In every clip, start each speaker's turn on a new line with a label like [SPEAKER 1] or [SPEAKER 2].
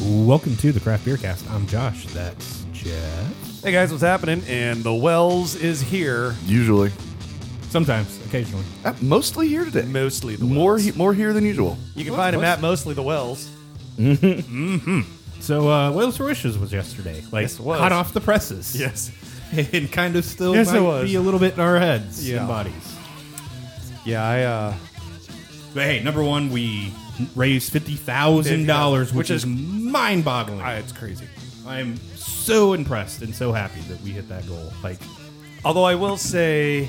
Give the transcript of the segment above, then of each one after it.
[SPEAKER 1] welcome to the Craft Beer Cast. I'm Josh. That's Jeff.
[SPEAKER 2] Hey guys, what's happening? And the Wells is here,
[SPEAKER 3] Usually,
[SPEAKER 1] Sometimes, occasionally.
[SPEAKER 3] Uh, mostly here today.
[SPEAKER 2] mostly the Wells.
[SPEAKER 3] More he- more here than usual.
[SPEAKER 2] you can find him at mostly the Wells.
[SPEAKER 1] So, uh, Whales for Wishes was yesterday. Like,
[SPEAKER 2] Yes, it was.
[SPEAKER 1] hot off the presses.
[SPEAKER 2] Yes.
[SPEAKER 1] And kind of still
[SPEAKER 2] Yes, it
[SPEAKER 1] might
[SPEAKER 2] was.
[SPEAKER 1] be a little bit in our heads
[SPEAKER 2] Yeah.
[SPEAKER 1] and bodies.
[SPEAKER 2] Yeah, I uh
[SPEAKER 1] But hey, number one, we raised $50,000, which,
[SPEAKER 2] Which
[SPEAKER 1] is,
[SPEAKER 2] is-
[SPEAKER 1] mind boggling.
[SPEAKER 2] I, it's crazy.
[SPEAKER 1] I'm so impressed and so happy that we hit that goal. Like,
[SPEAKER 2] Although I will say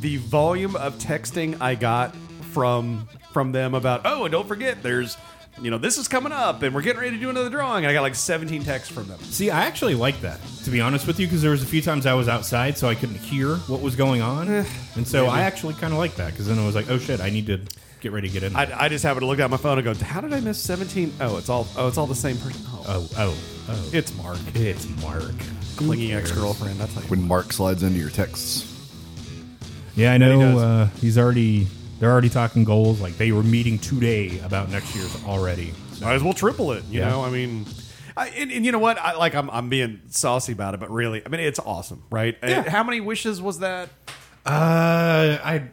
[SPEAKER 2] the volume of texting I got from from them about, "Oh, and don't forget there's, you know, this is coming up and we're getting ready to do another drawing." And I got like 17 texts from them.
[SPEAKER 1] See, I actually like that, to be honest with you, because there was a few times I was outside, so I couldn't hear what was going on,
[SPEAKER 2] Eh,
[SPEAKER 1] and so I actually kind of like that, because then I was like, oh shit, I need to get ready to get in.
[SPEAKER 2] I, I just happened to look at my phone and go, "How did I miss 17?" Oh, it's all oh, it's all the same person. Oh,
[SPEAKER 1] oh, oh, oh,
[SPEAKER 2] it's Mark.
[SPEAKER 1] it's Mark,
[SPEAKER 2] Clingy
[SPEAKER 1] Who cares?
[SPEAKER 2] ex-girlfriend. That's like
[SPEAKER 3] When Mark slides into your texts,
[SPEAKER 1] Yeah, I
[SPEAKER 2] he
[SPEAKER 1] know.
[SPEAKER 2] does.
[SPEAKER 1] uh, he's already. They're already talking goals. Like they were meeting today about next year's already. So,
[SPEAKER 2] Might as well triple it. You
[SPEAKER 1] Yeah.
[SPEAKER 2] know, I mean, I, and, and you know what? I, like I'm, I'm being saucy about it, but really, I mean, it's awesome, right? And
[SPEAKER 1] Yeah.
[SPEAKER 2] How many wishes was that?
[SPEAKER 1] uh, I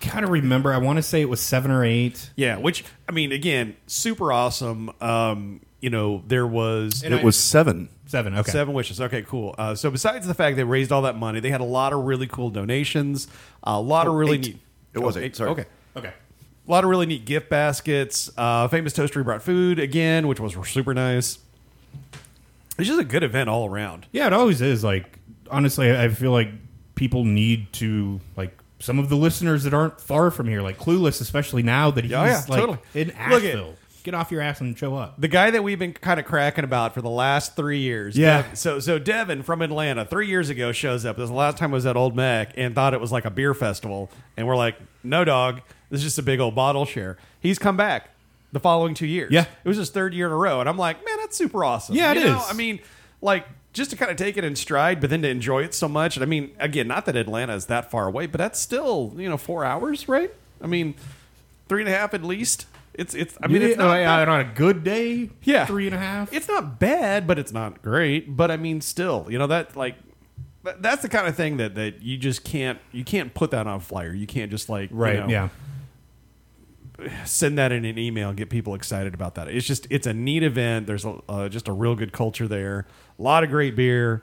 [SPEAKER 1] kind of remember. I want to say it was seven or eight.
[SPEAKER 2] Yeah, which I mean, again, super awesome. Um, you know, there was
[SPEAKER 3] it was seven.
[SPEAKER 1] Seven. Okay.
[SPEAKER 2] Seven wishes. Okay, cool. Uh, so besides the fact they raised all that money, they had a lot of really cool donations, a lot of really
[SPEAKER 3] eight.
[SPEAKER 2] neat.
[SPEAKER 3] It was
[SPEAKER 2] oh,
[SPEAKER 3] eight, sorry.
[SPEAKER 2] Okay.
[SPEAKER 1] Okay.
[SPEAKER 2] A lot of really neat gift baskets. Uh, Famous Toastery brought food again, which was super nice. It's just a good event all around.
[SPEAKER 1] Yeah, it always is. Like honestly, I I feel like people need to like some of the listeners that aren't far from here, like Clueless, especially now that he's
[SPEAKER 2] Oh, Yeah, yeah,
[SPEAKER 1] like
[SPEAKER 2] totally.
[SPEAKER 1] in
[SPEAKER 2] Look at-
[SPEAKER 1] Asheville. Get off your ass and show up.
[SPEAKER 2] the guy that we've been kind of cracking about for the last three years.
[SPEAKER 1] Yeah.
[SPEAKER 2] Dev- so so Devin from Atlanta three years ago shows up. This is the last time I was at Old Mac and thought it was like a beer festival, and we're like, no dog, this is just a big old bottle share. He's come back the following two years.
[SPEAKER 1] Yeah.
[SPEAKER 2] it was his third year in a row, and I'm like, man, that's super awesome.
[SPEAKER 1] Yeah,
[SPEAKER 2] it
[SPEAKER 1] it
[SPEAKER 2] is.
[SPEAKER 1] is.
[SPEAKER 2] I mean, like. Just to kind of take it in stride, but then to enjoy it so much. And I mean, again, not that Atlanta is that far away, but that's still you know four hours, right? I mean, three and a half at least. It's it's. I mean, it's not
[SPEAKER 1] like,
[SPEAKER 2] that
[SPEAKER 1] on a good day,
[SPEAKER 2] yeah,
[SPEAKER 1] three and a half.
[SPEAKER 2] It's not bad, but it's not great. But I mean, still, you know that like th- that's the kind of thing that that you just can't you can't put that on a flyer. You can't just like you
[SPEAKER 1] right.
[SPEAKER 2] know,
[SPEAKER 1] yeah.
[SPEAKER 2] send that in an email and get people excited about that. It's just it's a neat event. There's a, uh, just a real good culture there. A lot of great beer.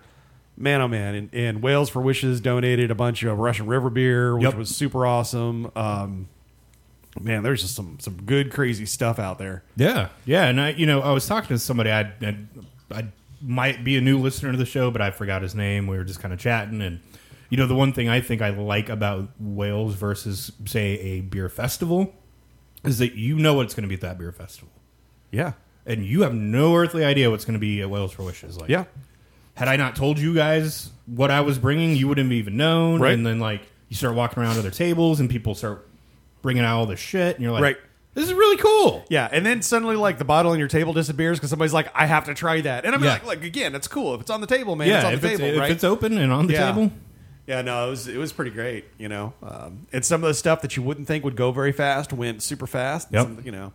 [SPEAKER 2] Man, oh man! And, and Wales for Wishes donated a bunch of Russian River beer, which
[SPEAKER 1] Yep.
[SPEAKER 2] was super awesome. Um, man, there's just some some good crazy stuff out there.
[SPEAKER 1] Yeah, yeah, and I, you know, I was talking to somebody. I, I, I might be a new listener to the show, but I forgot his name. We were just kind of chatting, and you know, the one thing I think I like about Wales versus, say, a beer festival, is that you know what it's going to be at that beer festival,
[SPEAKER 2] Yeah,
[SPEAKER 1] and you have no earthly idea what's going to be at Wales for Wishes. Like,
[SPEAKER 2] yeah.
[SPEAKER 1] had I not told you guys what I was bringing, you wouldn't have even known.
[SPEAKER 2] Right.
[SPEAKER 1] And then like you start walking around other tables, and people start bringing out all this shit, and you're like,
[SPEAKER 2] Right.
[SPEAKER 1] this is really cool.
[SPEAKER 2] Yeah, and then suddenly, like the bottle on your table disappears because somebody's like, "I have to try that," and I'm
[SPEAKER 1] Yeah.
[SPEAKER 2] like, "Look, again, it's cool if it's on the table, man.
[SPEAKER 1] Yeah,
[SPEAKER 2] it's on
[SPEAKER 1] if,
[SPEAKER 2] the
[SPEAKER 1] it's,
[SPEAKER 2] table,
[SPEAKER 1] if
[SPEAKER 2] right?"
[SPEAKER 1] it's open and on the
[SPEAKER 2] yeah.
[SPEAKER 1] table.
[SPEAKER 2] Yeah, no, it was it was pretty great, you know. Um, and some of the stuff that you wouldn't think would go very fast went super fast. and
[SPEAKER 1] Yep.
[SPEAKER 2] some- you know.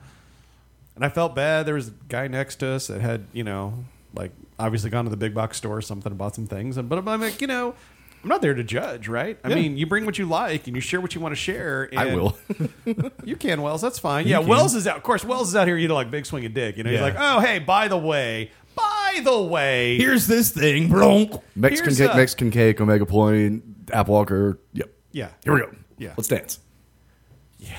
[SPEAKER 2] And I felt bad. There was a guy next to us that had, you know, like obviously gone to the big box store or something and bought some things. And but I'm like, you know, I'm not there to judge, right? I
[SPEAKER 1] Yeah.
[SPEAKER 2] mean, you bring what you like and you share what you want to share. And
[SPEAKER 3] I will.
[SPEAKER 2] you can Wells. That's fine. yeah,
[SPEAKER 1] can.
[SPEAKER 2] Wells is out. Of course, Wells is out here. You know, like big swinging dick. You know, he's
[SPEAKER 1] Yeah.
[SPEAKER 2] like, oh hey, by the way, by the way,
[SPEAKER 1] Here's this thing, bronk.
[SPEAKER 3] Mexican
[SPEAKER 2] Here's uh,
[SPEAKER 3] cake,
[SPEAKER 2] a-
[SPEAKER 3] Mexican cake, Omega Point, App Walker. Yep.
[SPEAKER 2] yeah,
[SPEAKER 3] Here we go.
[SPEAKER 2] Yeah.
[SPEAKER 3] Let's dance. Yeah.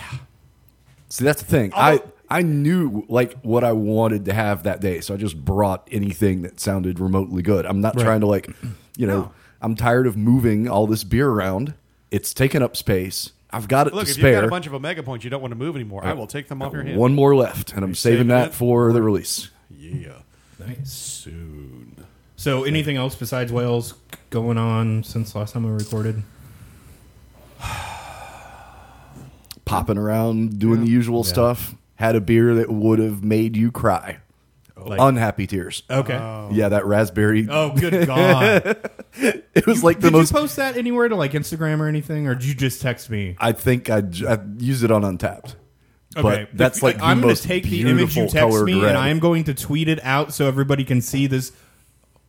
[SPEAKER 3] See, that's the thing. I
[SPEAKER 2] Although-
[SPEAKER 3] I knew like what I wanted to have that day, so I just brought anything that sounded remotely good. I'm not trying to like, you know,
[SPEAKER 2] No.
[SPEAKER 3] I'm tired of moving all this beer around. It's taking up space. I've got it
[SPEAKER 2] Look,
[SPEAKER 3] to
[SPEAKER 2] if
[SPEAKER 3] spare.
[SPEAKER 2] you've got a bunch of omega points you don't want to move anymore, I will take them off your hand.
[SPEAKER 3] One more left, and I'm
[SPEAKER 2] saving
[SPEAKER 3] saving
[SPEAKER 2] it?
[SPEAKER 3] that for the release.
[SPEAKER 2] yeah,
[SPEAKER 1] Nice.
[SPEAKER 2] soon.
[SPEAKER 1] So, anything else besides Wales going on since last time we recorded?
[SPEAKER 3] Popping around, doing the usual
[SPEAKER 1] Yeah.
[SPEAKER 3] stuff. Had a beer that would have made you cry.
[SPEAKER 1] Oh. Like-
[SPEAKER 3] Unhappy tears.
[SPEAKER 1] Okay.
[SPEAKER 3] Yeah, that raspberry.
[SPEAKER 1] oh, good God.
[SPEAKER 3] it was like the
[SPEAKER 1] did
[SPEAKER 3] most.
[SPEAKER 1] you post that anywhere to like Instagram or anything, or did you just text me?
[SPEAKER 3] I think I, j- I used it on Untapped. But that's like the
[SPEAKER 1] I'm gonna
[SPEAKER 3] most
[SPEAKER 1] take the
[SPEAKER 3] beautiful
[SPEAKER 1] image you text
[SPEAKER 3] colored
[SPEAKER 1] me,
[SPEAKER 3] red.
[SPEAKER 1] and I am going to tweet it out so everybody can see this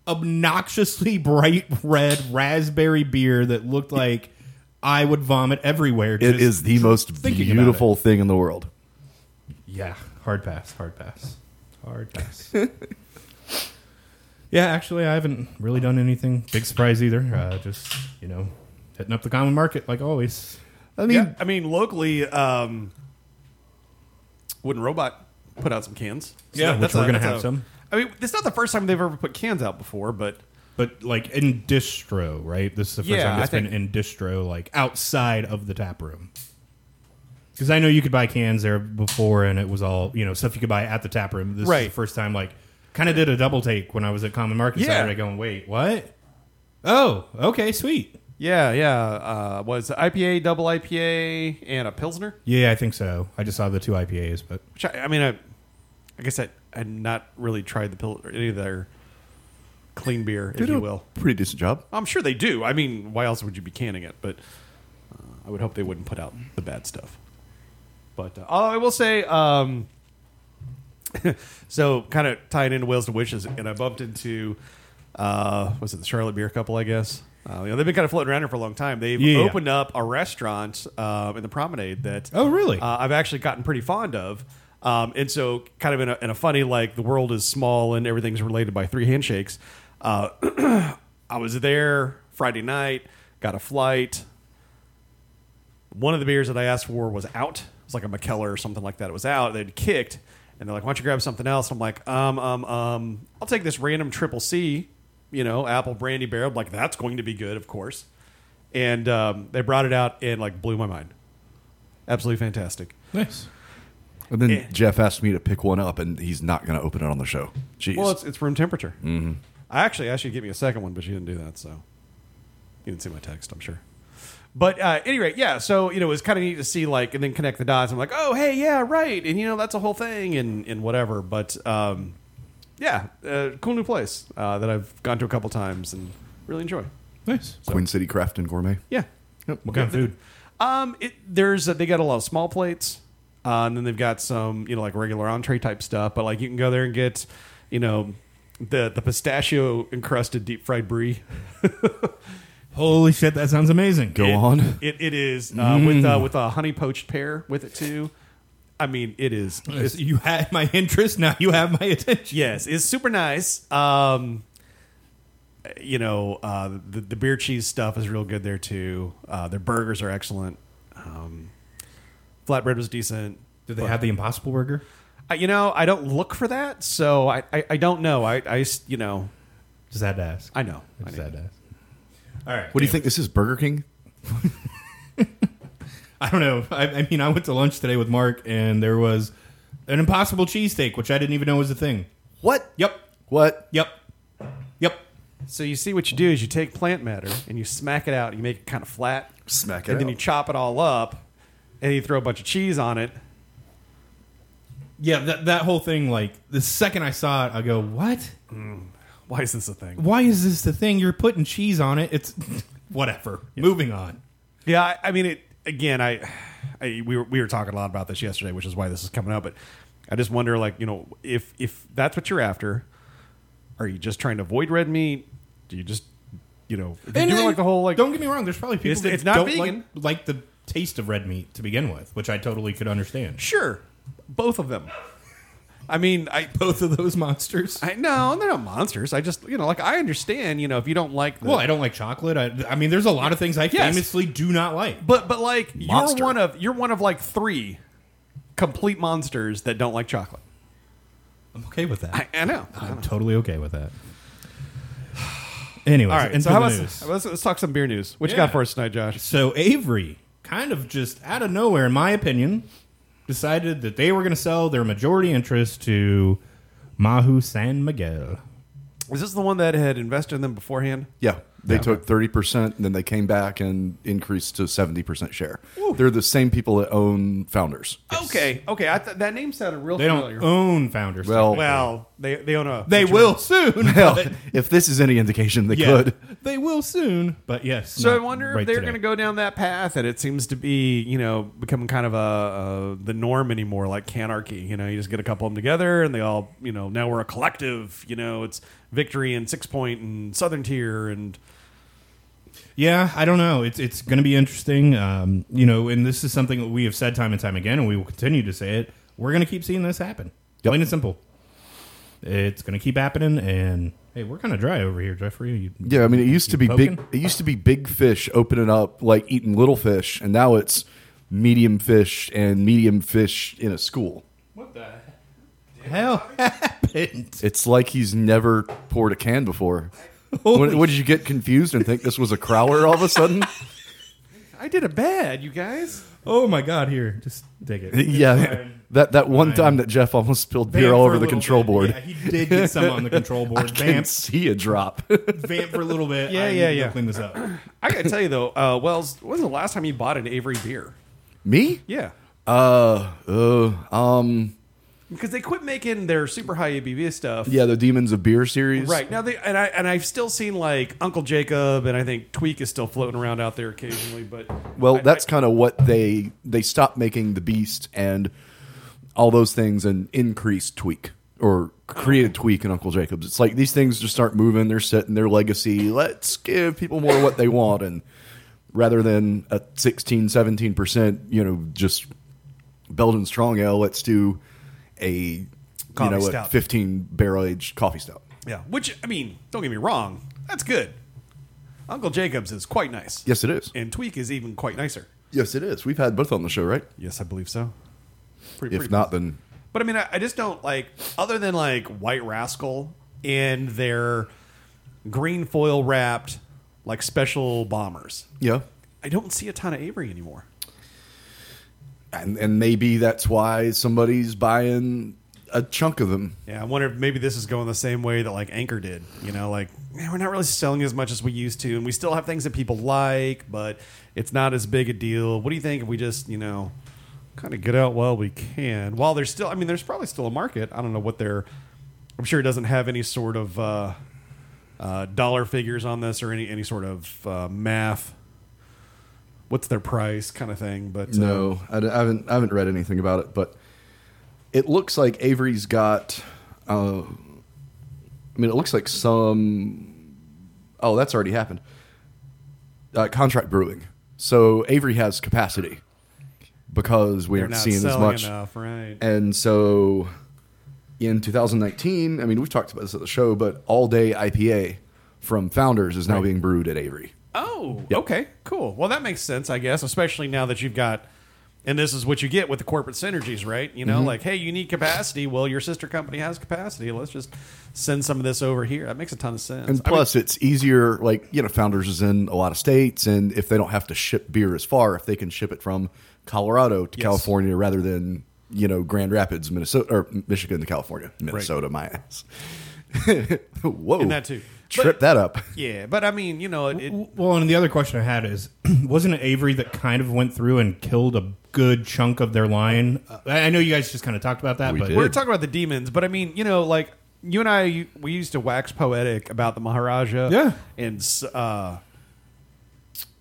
[SPEAKER 1] obnoxiously bright red raspberry beer that looked like I would vomit everywhere.
[SPEAKER 3] It
[SPEAKER 1] just-
[SPEAKER 3] is the most
[SPEAKER 1] thinking about
[SPEAKER 3] beautiful thing in the world.
[SPEAKER 1] yeah, hard pass, hard pass, hard pass. yeah, actually, I haven't really done anything big surprise either. Uh, just you know, hitting up the common market like always.
[SPEAKER 3] I mean,
[SPEAKER 2] Yeah, I mean, locally, um, Wooden Robot put out some cans.
[SPEAKER 1] Yeah,
[SPEAKER 2] that-
[SPEAKER 1] which
[SPEAKER 2] that's
[SPEAKER 1] we're gonna
[SPEAKER 2] that's
[SPEAKER 1] have some.
[SPEAKER 2] I mean, it's not the first time they've ever put cans out before, but
[SPEAKER 1] But like in distro, right? This is the first
[SPEAKER 2] Yeah,
[SPEAKER 1] time it's
[SPEAKER 2] I
[SPEAKER 1] been in distro, like outside of the tap room. Because I know you could buy cans there before, and it was all you know stuff you could buy at the tap room. This is
[SPEAKER 2] Right.
[SPEAKER 1] the first time, like, kind of did a double take when I was at Common Market
[SPEAKER 2] Yeah.
[SPEAKER 1] Saturday, going, "Wait, what? Oh, okay, sweet.
[SPEAKER 2] yeah, yeah, uh, was IPA, double IPA, and a pilsner.
[SPEAKER 1] Yeah, I think so. I just saw the two IPAs, but
[SPEAKER 2] Which I, I mean, I, I guess I had not really tried the pil- or any of their clean beer, if
[SPEAKER 3] did
[SPEAKER 2] you
[SPEAKER 3] a
[SPEAKER 2] will.
[SPEAKER 3] pretty decent job.
[SPEAKER 2] I'm sure they do. I mean, why else would you be canning it? But uh, I would hope they wouldn't put out the bad stuff. But uh, oh, I will say, um, so kind of tying into Whales to Wishes, and I bumped into, uh, was it the Charlotte Beer Couple, I guess? Uh, you know, they've been kind of floating around here for a long time. They've
[SPEAKER 1] Yeah.
[SPEAKER 2] opened up a restaurant uh, in the promenade that
[SPEAKER 1] Oh, really?
[SPEAKER 2] uh, I've actually gotten pretty fond of. Um, and so, kind of in a, in a funny, like, the world is small and everything's related by three handshakes. Uh, I was there Friday night, got a flight. One of the beers that I asked for was out. It was like a McKellar or something like that. It was out. They'd kicked, and they're like, "Why don't you grab something else?" I'm like, "Um, um, um, I'll take this random triple C, you know, apple brandy barrel. I'm like that's going to be good, of course." And um, they brought it out and like blew my mind. Absolutely fantastic.
[SPEAKER 1] nice.
[SPEAKER 3] And then
[SPEAKER 2] Yeah.
[SPEAKER 3] Jeff asked me to pick one up, and he's not going to open it on the show. Jeez.
[SPEAKER 2] Well, it's, it's room temperature. Mm-hmm. I actually asked you to get me a second one, but you didn't do that, so you didn't see my text. I'm sure. But uh, at any rate, yeah. So you know, it was kind of neat to see like, and then connect the dots. I'm like, oh, hey, yeah, right, and you know, that's a whole thing, and and whatever. But um, yeah, uh, cool new place uh, that I've gone to a couple times and really enjoy.
[SPEAKER 1] Nice.
[SPEAKER 3] Queen City Craft and Gourmet.
[SPEAKER 2] Yeah.
[SPEAKER 1] What kind of food?
[SPEAKER 2] Um, it, there's they got a lot of small plates, uh, and then they've got some you know like regular entree type stuff. But like you can go there and get, you know, the the pistachio encrusted deep fried brie.
[SPEAKER 1] Holy shit, that sounds amazing.
[SPEAKER 3] Go on.
[SPEAKER 2] It it is uh, with
[SPEAKER 1] Mm.
[SPEAKER 2] uh, with a honey poached pear with it too. I mean, it is
[SPEAKER 1] Yes, You had my interest, now you have my attention.
[SPEAKER 2] yes, it's super nice. Um, you know, uh, the, the beer cheese stuff is real good there too. Uh, their burgers are excellent. Um, flatbread was decent.
[SPEAKER 1] Did they have the Impossible Burger?
[SPEAKER 2] I, you know, I don't look for that, so I, I, I don't know. I, I s- you know,
[SPEAKER 1] Just had to ask.
[SPEAKER 2] I know. I
[SPEAKER 1] Just
[SPEAKER 2] know.
[SPEAKER 1] had to ask. All right.
[SPEAKER 3] What do you think this is, Burger King?
[SPEAKER 1] I don't know. I, I mean, I went to lunch today with Mark, and there was an Impossible cheesesteak, which I didn't even know was a thing.
[SPEAKER 3] What?
[SPEAKER 1] Yep.
[SPEAKER 3] What?
[SPEAKER 1] Yep. Yep.
[SPEAKER 2] So you see, what you do is you take plant matter and you smack it out. You make it kind of flat,
[SPEAKER 3] Smack it
[SPEAKER 2] and then you
[SPEAKER 3] out.
[SPEAKER 2] chop it all up, and you throw a bunch of cheese on it.
[SPEAKER 1] Yeah, that, that whole thing, like, the second I saw it, I go, what?
[SPEAKER 2] Why is this a thing?
[SPEAKER 1] Why is this the thing? You're putting cheese on it. It's whatever. Moving on.
[SPEAKER 2] Yeah, I, I mean, it again. I, I we were we were talking a lot about this yesterday, which is why this is coming up. But I just wonder, like, you know, if if that's what you're after, are you just trying to avoid red meat? Do you just, you know, do you do like the whole like
[SPEAKER 1] Don't get me wrong. There's probably people
[SPEAKER 2] It's-
[SPEAKER 1] that
[SPEAKER 2] it's not
[SPEAKER 1] don't
[SPEAKER 2] vegan.
[SPEAKER 1] Like, like the taste of red meat to begin with, which I totally could understand.
[SPEAKER 2] Sure, both of them. I mean, I,
[SPEAKER 1] Both of those monsters.
[SPEAKER 2] I no, they're not monsters. I just, you know, like I understand, you know, if you don't like the,
[SPEAKER 1] well, I don't like chocolate. I, I mean, there's a lot of things I
[SPEAKER 2] Yes.
[SPEAKER 1] famously do not like.
[SPEAKER 2] but but like
[SPEAKER 3] Monster.
[SPEAKER 2] you're one of you're one of like three complete monsters that don't like chocolate.
[SPEAKER 1] I'm okay with that.
[SPEAKER 2] I, I know. All
[SPEAKER 1] I'm totally okay with that. Anyways,
[SPEAKER 2] right,
[SPEAKER 1] and
[SPEAKER 2] so
[SPEAKER 1] for
[SPEAKER 2] how
[SPEAKER 1] the
[SPEAKER 2] about
[SPEAKER 1] news.
[SPEAKER 2] let's, let's talk some beer news. What you got
[SPEAKER 1] Yeah.
[SPEAKER 2] for us tonight, Josh?
[SPEAKER 1] so Avery, kind of just out of nowhere, in my opinion, decided that they were going to sell their majority interest to Mahu San Miguel.
[SPEAKER 2] Is this the one that had invested in them beforehand?
[SPEAKER 3] Yeah. They took 30% and then they came back and increased to 70% share. They're the same people that own Founders.
[SPEAKER 2] Okay, okay. I th- that name sounded real
[SPEAKER 1] They
[SPEAKER 2] familiar.
[SPEAKER 1] don't own founders.
[SPEAKER 3] Well-
[SPEAKER 2] well, they they own a.
[SPEAKER 1] they will soon.
[SPEAKER 3] Hell,
[SPEAKER 1] but-
[SPEAKER 3] if this is any indication, they
[SPEAKER 1] yeah,
[SPEAKER 3] could.
[SPEAKER 1] They will soon. But yes.
[SPEAKER 2] So I
[SPEAKER 1] not
[SPEAKER 2] wonder
[SPEAKER 1] right
[SPEAKER 2] if they're
[SPEAKER 1] today.
[SPEAKER 2] going to go down that path, and it seems to be you know becoming kind of a, a the norm anymore, like canarchy. You know, you just get a couple of them together, and they all you know now we're a collective. You know, it's victory and six point and southern tier and
[SPEAKER 1] Yeah, I don't know. It's it's going to be interesting. Um, you know, and this is something that we have said time and time again, and we will continue to say it. We're going to keep seeing this happen. Plain and simple. It's going to keep happening. And hey, we're kind of dry over here, Jeffrey. You,
[SPEAKER 3] Yeah, I mean, it used to be
[SPEAKER 1] poking?
[SPEAKER 3] big. It used to be big fish opening up, like eating little fish, and now it's medium fish and medium fish in a school.
[SPEAKER 1] what the hell happened?
[SPEAKER 3] It's like he's never poured a can before. What, what did you get confused and think this was a crowler all of a sudden?
[SPEAKER 2] I did a bad, you guys.
[SPEAKER 1] Oh my God! Here, just take it.
[SPEAKER 3] yeah, that that one time that Jeff almost spilled
[SPEAKER 1] Vamp
[SPEAKER 3] beer all
[SPEAKER 1] for
[SPEAKER 3] over
[SPEAKER 1] a
[SPEAKER 3] the
[SPEAKER 1] little
[SPEAKER 3] control
[SPEAKER 1] bit.
[SPEAKER 3] board.
[SPEAKER 1] Yeah, he did get some on the control board. Vamp,
[SPEAKER 3] Can't see a drop.
[SPEAKER 1] vamp for a little bit.
[SPEAKER 2] Yeah,
[SPEAKER 1] I
[SPEAKER 2] yeah,
[SPEAKER 1] need to
[SPEAKER 2] yeah.
[SPEAKER 1] Clean this up.
[SPEAKER 2] I gotta tell you though, uh, Wells, when was the last time you bought an Avery beer?
[SPEAKER 3] Me?
[SPEAKER 2] Yeah,
[SPEAKER 3] Uh, uh, um,
[SPEAKER 2] because they quit making their super high ABV stuff.
[SPEAKER 3] yeah, the Demons of Beer series.
[SPEAKER 2] Right now, they and I and I've still seen like Uncle Jacob, and I think Tweak is still floating around out there occasionally. But
[SPEAKER 3] Well,
[SPEAKER 2] I-
[SPEAKER 3] that's kind of what they they stopped making the Beast and all those things and increased Tweak or created Tweak and Uncle Jacobs. It's like these things just start moving. They're setting their legacy. Let's give people more what they want, and rather than a 16, 17 percent, you know, just Belgian strong ale, let's do a
[SPEAKER 2] Coffee
[SPEAKER 3] you know a
[SPEAKER 2] stout.
[SPEAKER 3] fifteen barrel aged coffee stout.
[SPEAKER 2] Yeah, which I mean, don't get me wrong, that's good. Uncle Jacob's is quite nice.
[SPEAKER 3] Yes, it is.
[SPEAKER 2] and Tweak is even quite nicer.
[SPEAKER 3] Yes, it is. We've had both on the show, right?
[SPEAKER 2] Yes, I believe so. Pretty,
[SPEAKER 3] If
[SPEAKER 2] pretty
[SPEAKER 3] not, then
[SPEAKER 2] But I mean, I, I just don't like other than like White Rascal and their green foil wrapped like special bombers.
[SPEAKER 3] yeah.
[SPEAKER 2] I don't see a ton of Avery anymore.
[SPEAKER 3] and and maybe that's why somebody's buying a chunk of them.
[SPEAKER 2] Yeah, I wonder if maybe this is going the same way that like Anchor did. You know, like man, we're not really selling as much as we used to, and we still have things that people like, but it's not as big a deal. What do you think if we just you know kind of get out while we can? While there's still, I mean, there's probably still a market. I don't know what they're. I'm sure it doesn't have any sort of uh, uh, dollar figures on this or any any sort of uh, math. What's their price, kind of thing? But uh,
[SPEAKER 3] No, I, d- I haven't I haven't read anything about it, but it looks like Avery's got. Uh, I mean, it looks like some. Oh, that's already happened. Uh, contract brewing. So Avery has capacity because we
[SPEAKER 2] they're
[SPEAKER 3] aren't
[SPEAKER 2] not
[SPEAKER 3] seeing as
[SPEAKER 2] selling
[SPEAKER 3] much.
[SPEAKER 2] enough, right?
[SPEAKER 3] And so in 2019, I mean, we've talked about this at the show, but all day IPA from Founders is now being brewed at Avery.
[SPEAKER 2] Oh,
[SPEAKER 3] Yep.
[SPEAKER 2] okay, cool. Well, that makes sense, I guess, especially now that you've got, and this is what you get with the corporate synergies, right? You know, like, hey, you need capacity. Well, your sister company has capacity. Let's just send some of this over here. That makes a ton of sense.
[SPEAKER 3] And
[SPEAKER 2] I mean,
[SPEAKER 3] plus, it's easier. Like you know, Founders is in a lot of states, and if they don't have to ship beer as far, if they can ship it from Colorado to
[SPEAKER 2] Yes.
[SPEAKER 3] California rather than you know Grand Rapids, Minnesota or Michigan to California, Minnesota, my ass. Whoa,
[SPEAKER 2] And that too.
[SPEAKER 3] Trip
[SPEAKER 2] But-
[SPEAKER 3] that up.
[SPEAKER 2] yeah, but I mean, you know, it, it,
[SPEAKER 1] Well, and the other question I had is, wasn't it Avery that kind of went through and killed a good chunk of their line? Uh, I I know you guys just kind of talked about that,
[SPEAKER 3] We
[SPEAKER 1] but
[SPEAKER 3] did.
[SPEAKER 2] we're talking about the demons, but I mean, you know, like you and I, we used to wax poetic about the Maharaja,
[SPEAKER 1] Yeah.
[SPEAKER 2] and uh,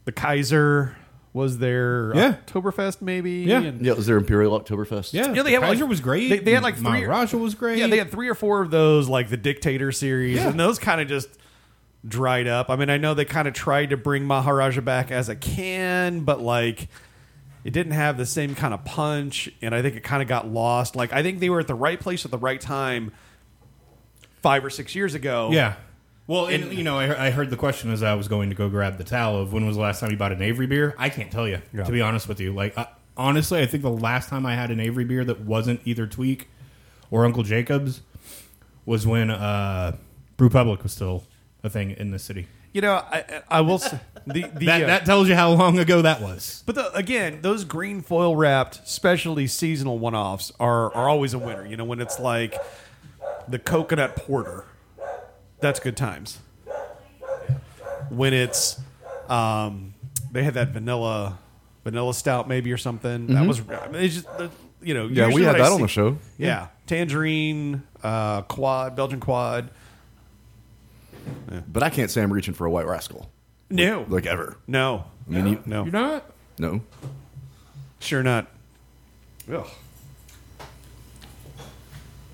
[SPEAKER 2] the Kaiser was their
[SPEAKER 1] Yeah.
[SPEAKER 2] Oktoberfest, maybe,
[SPEAKER 1] Yeah.
[SPEAKER 2] and
[SPEAKER 3] Yeah, it was their Imperial Oktoberfest.
[SPEAKER 1] yeah,
[SPEAKER 2] You know, they
[SPEAKER 1] the
[SPEAKER 2] had, like-
[SPEAKER 1] Kaiser was great.
[SPEAKER 2] They, they had like three.
[SPEAKER 1] Maharaja was great.
[SPEAKER 2] Yeah, they had three or four of those, like the Dictator series,
[SPEAKER 1] Yeah.
[SPEAKER 2] and those kind of just dried up. I mean, I know they kind of tried to bring Maharaja back as a can, but like it didn't have the same kind of punch, and I think it kind of got lost. Like I think they were at the right place at the right time five or six years ago.
[SPEAKER 1] yeah. Well, and, you know, I, I heard the question as I was going to go grab the towel of when was the last time you bought an Avery beer? I can't tell you,
[SPEAKER 2] Yeah.
[SPEAKER 1] to be honest with you. Like, I, honestly, I think the last time I had an Avery beer that wasn't either Tweak or Uncle Jacobs was when uh, Brew Public was still a thing in the city.
[SPEAKER 2] you know, I I will say the, the
[SPEAKER 1] That,
[SPEAKER 2] uh,
[SPEAKER 1] that tells you how long ago that was.
[SPEAKER 2] But the, again, those green foil wrapped, specialty seasonal one offs are, are always a winner. You know, when it's like the coconut porter that's good times. When it's, um, they had that vanilla, vanilla stout maybe or something. That was, I mean, it's just, the- you know,
[SPEAKER 3] Mm-hmm. Yeah, we
[SPEAKER 2] usually
[SPEAKER 3] had
[SPEAKER 2] what I
[SPEAKER 3] that on
[SPEAKER 2] see-
[SPEAKER 3] the show.
[SPEAKER 2] Yeah, tangerine, uh, quad, Belgian quad.
[SPEAKER 3] But I can't say I'm reaching for a white rascal
[SPEAKER 2] No,
[SPEAKER 3] like ever.
[SPEAKER 2] no,
[SPEAKER 3] I mean, you-
[SPEAKER 2] no,
[SPEAKER 1] You're not.
[SPEAKER 3] no.
[SPEAKER 2] sure not.
[SPEAKER 1] Ugh.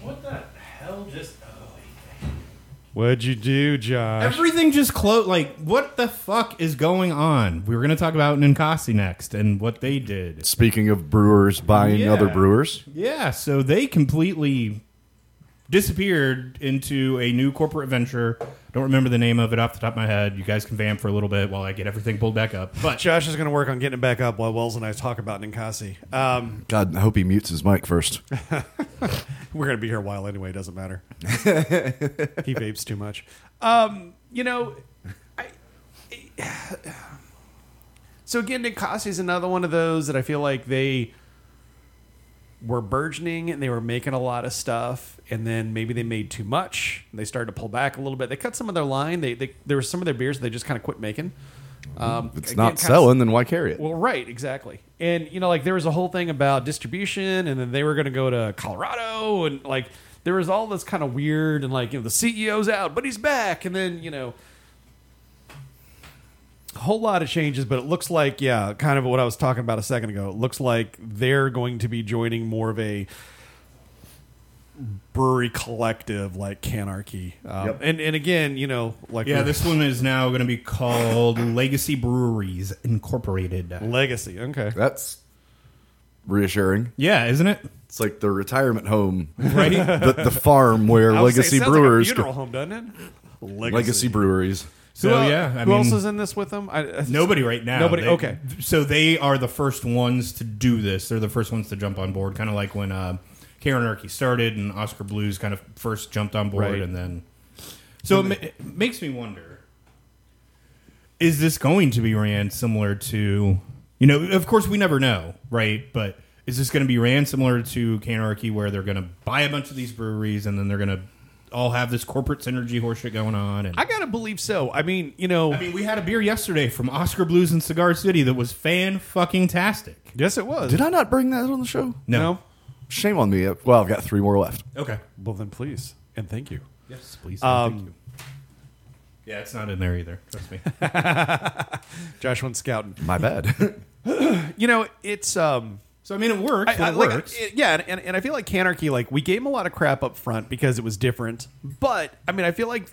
[SPEAKER 4] What the hell just.
[SPEAKER 2] oh, What'd you do, Josh?
[SPEAKER 1] Everything just closed. Like, what the fuck is going on? We were going to talk about Ninkasi next and what they did.
[SPEAKER 3] Speaking of brewers buying
[SPEAKER 1] Yeah.
[SPEAKER 3] other brewers,
[SPEAKER 1] Yeah, so they completely disappeared into a new corporate venture. Don't remember the name of it off the top of my head. You guys can vamp for a little bit while I get everything pulled back up. But
[SPEAKER 2] Josh is going to work on getting it back up while Wells and I talk about Ninkasi. Um,
[SPEAKER 3] God, I hope he mutes his mic first.
[SPEAKER 2] We're going to be here a while anyway. Doesn't matter. he vapes too much. Um, you know, I, so again, Ninkasi is another one of those that I feel like they were burgeoning and they were making a lot of stuff, and then maybe they made too much. And they started to pull back a little bit. They cut some of their line. They, they there were some of their beers they just kind of quit making. Um,
[SPEAKER 3] If Mm-hmm. it's
[SPEAKER 2] again,
[SPEAKER 3] not
[SPEAKER 2] kinda-
[SPEAKER 3] selling, then why carry it?
[SPEAKER 2] well, right, exactly. And you know, like there was a whole thing about distribution, and then they were going to go to Colorado, and like there was all this kind of weird, and like you know, the CEO's out, but he's back, and then you know, a whole lot of changes. But it looks like, yeah, kind of what I was talking about a second ago. It looks like they're going to be joining more of a brewery collective, like Canarchy, um,
[SPEAKER 3] Yep.
[SPEAKER 2] and and again, you know, like
[SPEAKER 1] yeah,
[SPEAKER 2] we're-
[SPEAKER 1] this one is now going to be called Legacy Breweries Incorporated.
[SPEAKER 2] legacy. Okay,
[SPEAKER 3] That's reassuring.
[SPEAKER 1] Yeah, isn't it?
[SPEAKER 3] It's like the retirement home,
[SPEAKER 1] Right?
[SPEAKER 3] the, the farm where
[SPEAKER 2] I would say it
[SPEAKER 3] legacy
[SPEAKER 2] sounds like a
[SPEAKER 3] brewers,
[SPEAKER 2] funeral home, doesn't it?
[SPEAKER 3] legacy breweries.
[SPEAKER 1] so,
[SPEAKER 2] who, el-
[SPEAKER 1] yeah, I
[SPEAKER 2] who
[SPEAKER 1] mean,
[SPEAKER 2] else is in this with them? I, I-
[SPEAKER 1] Nobody right now.
[SPEAKER 2] Nobody-
[SPEAKER 1] They-
[SPEAKER 2] okay.
[SPEAKER 1] So they are the first ones to do this. They're the first ones to jump on board, kind of like when uh, Karen Erke started and Oscar Blues kind of first jumped on board,
[SPEAKER 2] Right.
[SPEAKER 1] and then. So it, ma- it makes me wonder: Is this going to be ran similar to? You know, of course, we never know, right? But is this going to be ran similar to Canarchy, where they're going to buy a bunch of these breweries and then they're going to all have this corporate synergy horseshit going on? And
[SPEAKER 2] I gotta believe so. I mean, you know,
[SPEAKER 1] I mean, we had a beer yesterday from Oscar Blues in Cigar City that was fan fucking tastic.
[SPEAKER 2] yes, it was.
[SPEAKER 3] Did I not bring that on the show?
[SPEAKER 1] No.
[SPEAKER 2] No?
[SPEAKER 3] Shame on me. Uh, Well, I've got three more left.
[SPEAKER 1] Okay.
[SPEAKER 2] Well, then please and thank you.
[SPEAKER 1] Yes, please.
[SPEAKER 2] Um,
[SPEAKER 1] thank you. Yeah, it's not in there either. Trust me.
[SPEAKER 2] Josh went scouting.
[SPEAKER 3] My bad.
[SPEAKER 2] You know, it's um.
[SPEAKER 1] So I mean, it works.
[SPEAKER 2] I- I-
[SPEAKER 1] it
[SPEAKER 2] like,
[SPEAKER 1] works.
[SPEAKER 2] it- yeah, and- and, and I feel like Canarchy, like we gave him a lot of crap up front because it was different. But I mean, I feel like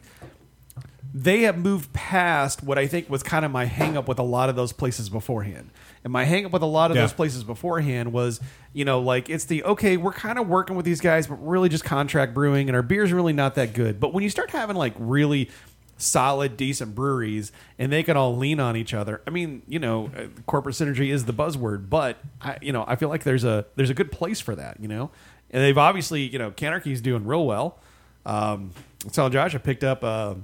[SPEAKER 2] they have moved past what I think was kind of my hang up with a lot of those places beforehand. And my hang up with a lot of
[SPEAKER 1] Yeah.
[SPEAKER 2] those places beforehand was, you know, like it's the okay, we're kind of working with these guys, but really just contract brewing and our beer's really not that good. But when you start having like really solid, decent breweries and they can all lean on each other, I mean, you know, uh, corporate synergy is the buzzword, but I, you know, I feel like there's a there's a good place for that, you know? And they've obviously, you know, Canarchy's doing real well. Um, I was telling Josh, I picked up uh,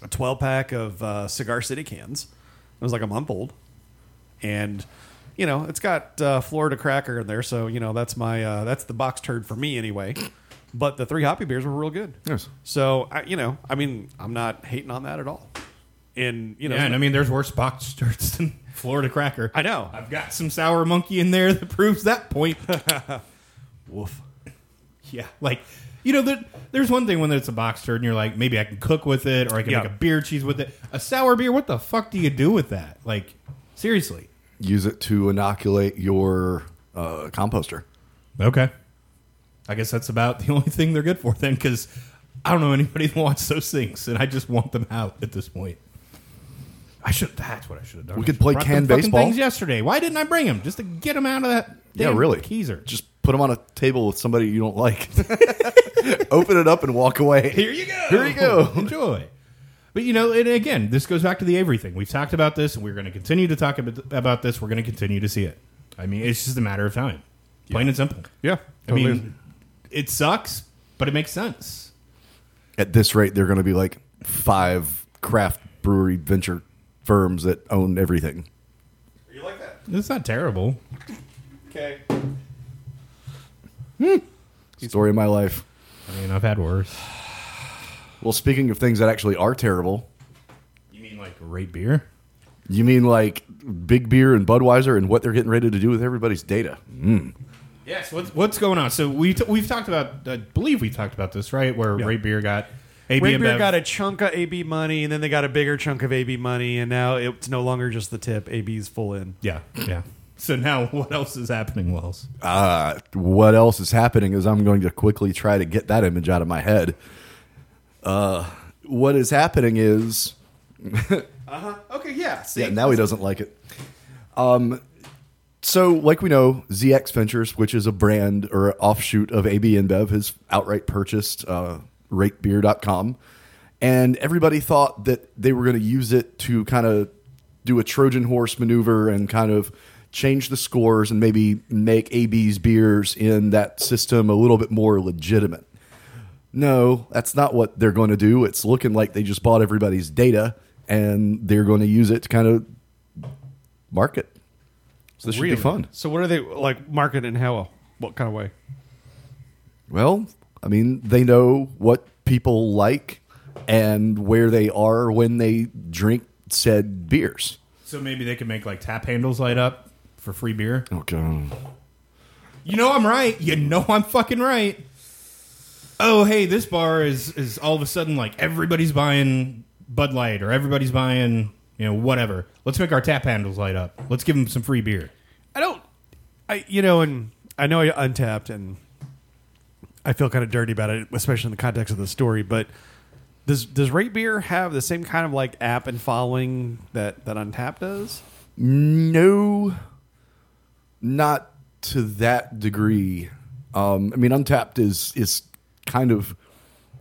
[SPEAKER 2] a 12 pack of uh, Cigar City cans. It was like a month old. And, you know, it's got uh, Florida Cracker in there. So, you know, that's my, uh, that's the box turd for me anyway. But the three hoppy beers were real good.
[SPEAKER 3] Yes.
[SPEAKER 2] So, I, you know, I mean, I'm not hating on that at all. And, you know,
[SPEAKER 1] yeah, and I mean, there's worse box shirts than Florida Cracker.
[SPEAKER 2] I know.
[SPEAKER 1] I've got some sour monkey in there that proves that point.
[SPEAKER 2] woof.
[SPEAKER 1] yeah, like. You know, there, there's one thing when it's a box turd and you're like, maybe I can cook with it or I can
[SPEAKER 2] Yeah.
[SPEAKER 1] make a beer cheese with it. A sour beer, what the fuck do you do with that? Like, seriously.
[SPEAKER 3] Use it to inoculate your uh, composter.
[SPEAKER 1] Okay. I guess that's about the only thing they're good for then, because I don't know anybody that wants those things, and I just want them out at this point. I should. That's what I should have done. I
[SPEAKER 3] We could
[SPEAKER 1] should've
[SPEAKER 3] play
[SPEAKER 1] brought
[SPEAKER 3] can
[SPEAKER 1] them fucking
[SPEAKER 3] baseball.
[SPEAKER 1] Things yesterday. Why didn't I bring them? Just to get them out of that.
[SPEAKER 3] Yeah,
[SPEAKER 1] damn
[SPEAKER 3] really.
[SPEAKER 1] Keezer.
[SPEAKER 3] Just put them on a table with somebody you don't like. Open it up and walk away.
[SPEAKER 1] Here you go.
[SPEAKER 3] Here you go.
[SPEAKER 1] Enjoy. But you know, and again, this goes back to the Avery thing. We've talked about this, and we're going to continue to talk ab- about this. We're going to continue to see it. I mean, it's just a matter of time, plain and simple.
[SPEAKER 2] Yeah.
[SPEAKER 1] I mean, it sucks, but it makes sense.
[SPEAKER 3] At this rate, they're going to be like five craft brewery venture firms that own everything.
[SPEAKER 2] you like that?
[SPEAKER 1] It's not terrible.
[SPEAKER 2] Okay.
[SPEAKER 3] Story of my life.
[SPEAKER 1] I mean, I've had worse.
[SPEAKER 3] Well, speaking of things that actually are terrible,
[SPEAKER 1] You mean like rate beer?
[SPEAKER 3] you mean like Big Beer and Budweiser and what they're getting ready to do with everybody's data?
[SPEAKER 1] Yes. What's what's going on? So we t- we've talked about. I believe we talked about this right where
[SPEAKER 2] Yeah.
[SPEAKER 1] rate beer got. AB
[SPEAKER 2] Red
[SPEAKER 1] and
[SPEAKER 2] Beer
[SPEAKER 1] Bev-
[SPEAKER 2] got a chunk of AB money, and then they got a bigger chunk of AB money, and now it's no longer just the tip. AB's full in.
[SPEAKER 1] Yeah, yeah. So now, what else is happening, Wells?
[SPEAKER 3] Uh, what else is happening is I'm going to quickly try to get that image out of my head. Uh, what is happening is
[SPEAKER 2] Okay, yeah. See,
[SPEAKER 3] yeah, now he doesn't like it. Um, so like we know, ZX Ventures, which is a brand or an offshoot of AB InBev, has outright purchased uh, RateBeer.com, and everybody thought that they were going to use it to kind of do a Trojan horse maneuver and kind of change the scores and maybe make AB's beers in that system a little bit more legitimate. No, that's not what they're going to do. It's looking like they just bought everybody's data and they're going to use it to kind of market. So this should be fun.
[SPEAKER 2] So what are they like marketing? How? What kind of way?
[SPEAKER 3] Well, I mean, they know what people like and where they are when they drink said beers.
[SPEAKER 1] So maybe they can make like tap handles light up for free beer.
[SPEAKER 3] Okay.
[SPEAKER 1] You know I'm right. You know I'm fucking right. Oh hey, this bar is is all of a sudden like everybody's buying Bud Light or everybody's buying you know whatever. Let's make our tap handles light up. Let's give them some free beer.
[SPEAKER 2] I don't. I you know, and I know I untapped, and I feel kind of dirty about it, especially in the context of the story. But does does Rate Beer have the same kind of like app and following that that Untapped does?
[SPEAKER 3] No, not to that degree. Um, I mean, Untapped is is kind of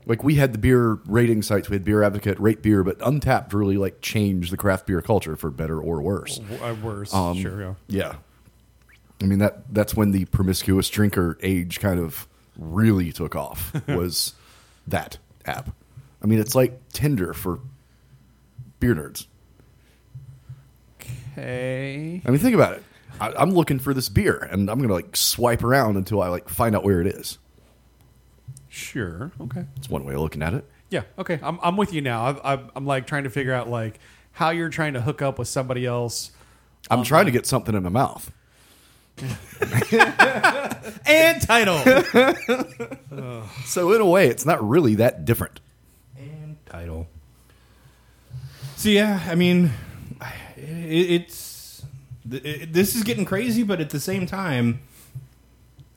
[SPEAKER 3] like we had the beer rating sites. We had Beer Advocate, Rate Beer, but Untapped really like changed the craft beer culture for better or worse.
[SPEAKER 2] W- uh, Worse,
[SPEAKER 3] Um,
[SPEAKER 2] sure. Yeah.
[SPEAKER 3] Yeah, I mean that that's when the promiscuous drinker age kind of really took off. was that app? I mean, it's like Tinder for beer nerds.
[SPEAKER 2] Okay.
[SPEAKER 3] I mean, think about it. I, I'm looking for this beer, and I'm gonna like swipe around until I like find out where it is.
[SPEAKER 2] Sure. Okay.
[SPEAKER 3] It's one way of looking at it.
[SPEAKER 2] Yeah. Okay. I'm I'm with you now. I've, I've, I'm like trying to figure out like how you're trying to hook up with somebody else.
[SPEAKER 3] I'm trying to get something in my mouth.
[SPEAKER 2] And title.
[SPEAKER 3] So in a way, it's not really that different.
[SPEAKER 1] and title. So yeah, I mean, it, it's th- it, this is getting crazy, but at the same time,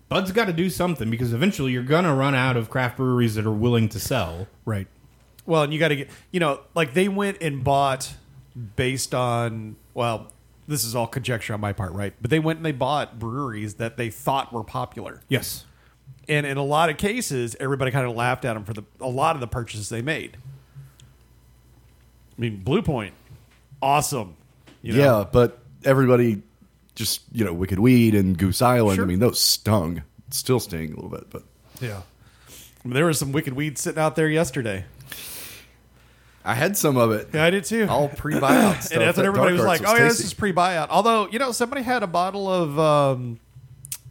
[SPEAKER 1] Bud's got to do something because eventually you're gonna run out of craft breweries that are willing to sell.
[SPEAKER 2] Right. Well, and you got to get, you know, like they went and bought based on, well, this is all conjecture on my part, right? But they went and they bought breweries that they thought were popular.
[SPEAKER 1] Yes.
[SPEAKER 2] And in a lot of cases, everybody kind of laughed at them for the, a lot of the purchases they made. I mean, Blue Point, awesome. You know?
[SPEAKER 3] Yeah, but everybody just you know Wicked Weed and Goose Island.
[SPEAKER 2] Sure.
[SPEAKER 3] I mean, those stung, still sting a little bit. But
[SPEAKER 2] Yeah. I mean, there was some wicked weed sitting out there yesterday.
[SPEAKER 3] I had some of it.
[SPEAKER 2] Yeah, I did too.
[SPEAKER 3] All pre-buyout stuff.
[SPEAKER 2] and that's
[SPEAKER 3] that
[SPEAKER 2] what everybody was
[SPEAKER 3] Dark Arts
[SPEAKER 2] like, oh, yeah, this
[SPEAKER 3] tasty."
[SPEAKER 2] is pre buyout. Although, you know, somebody had a bottle of um,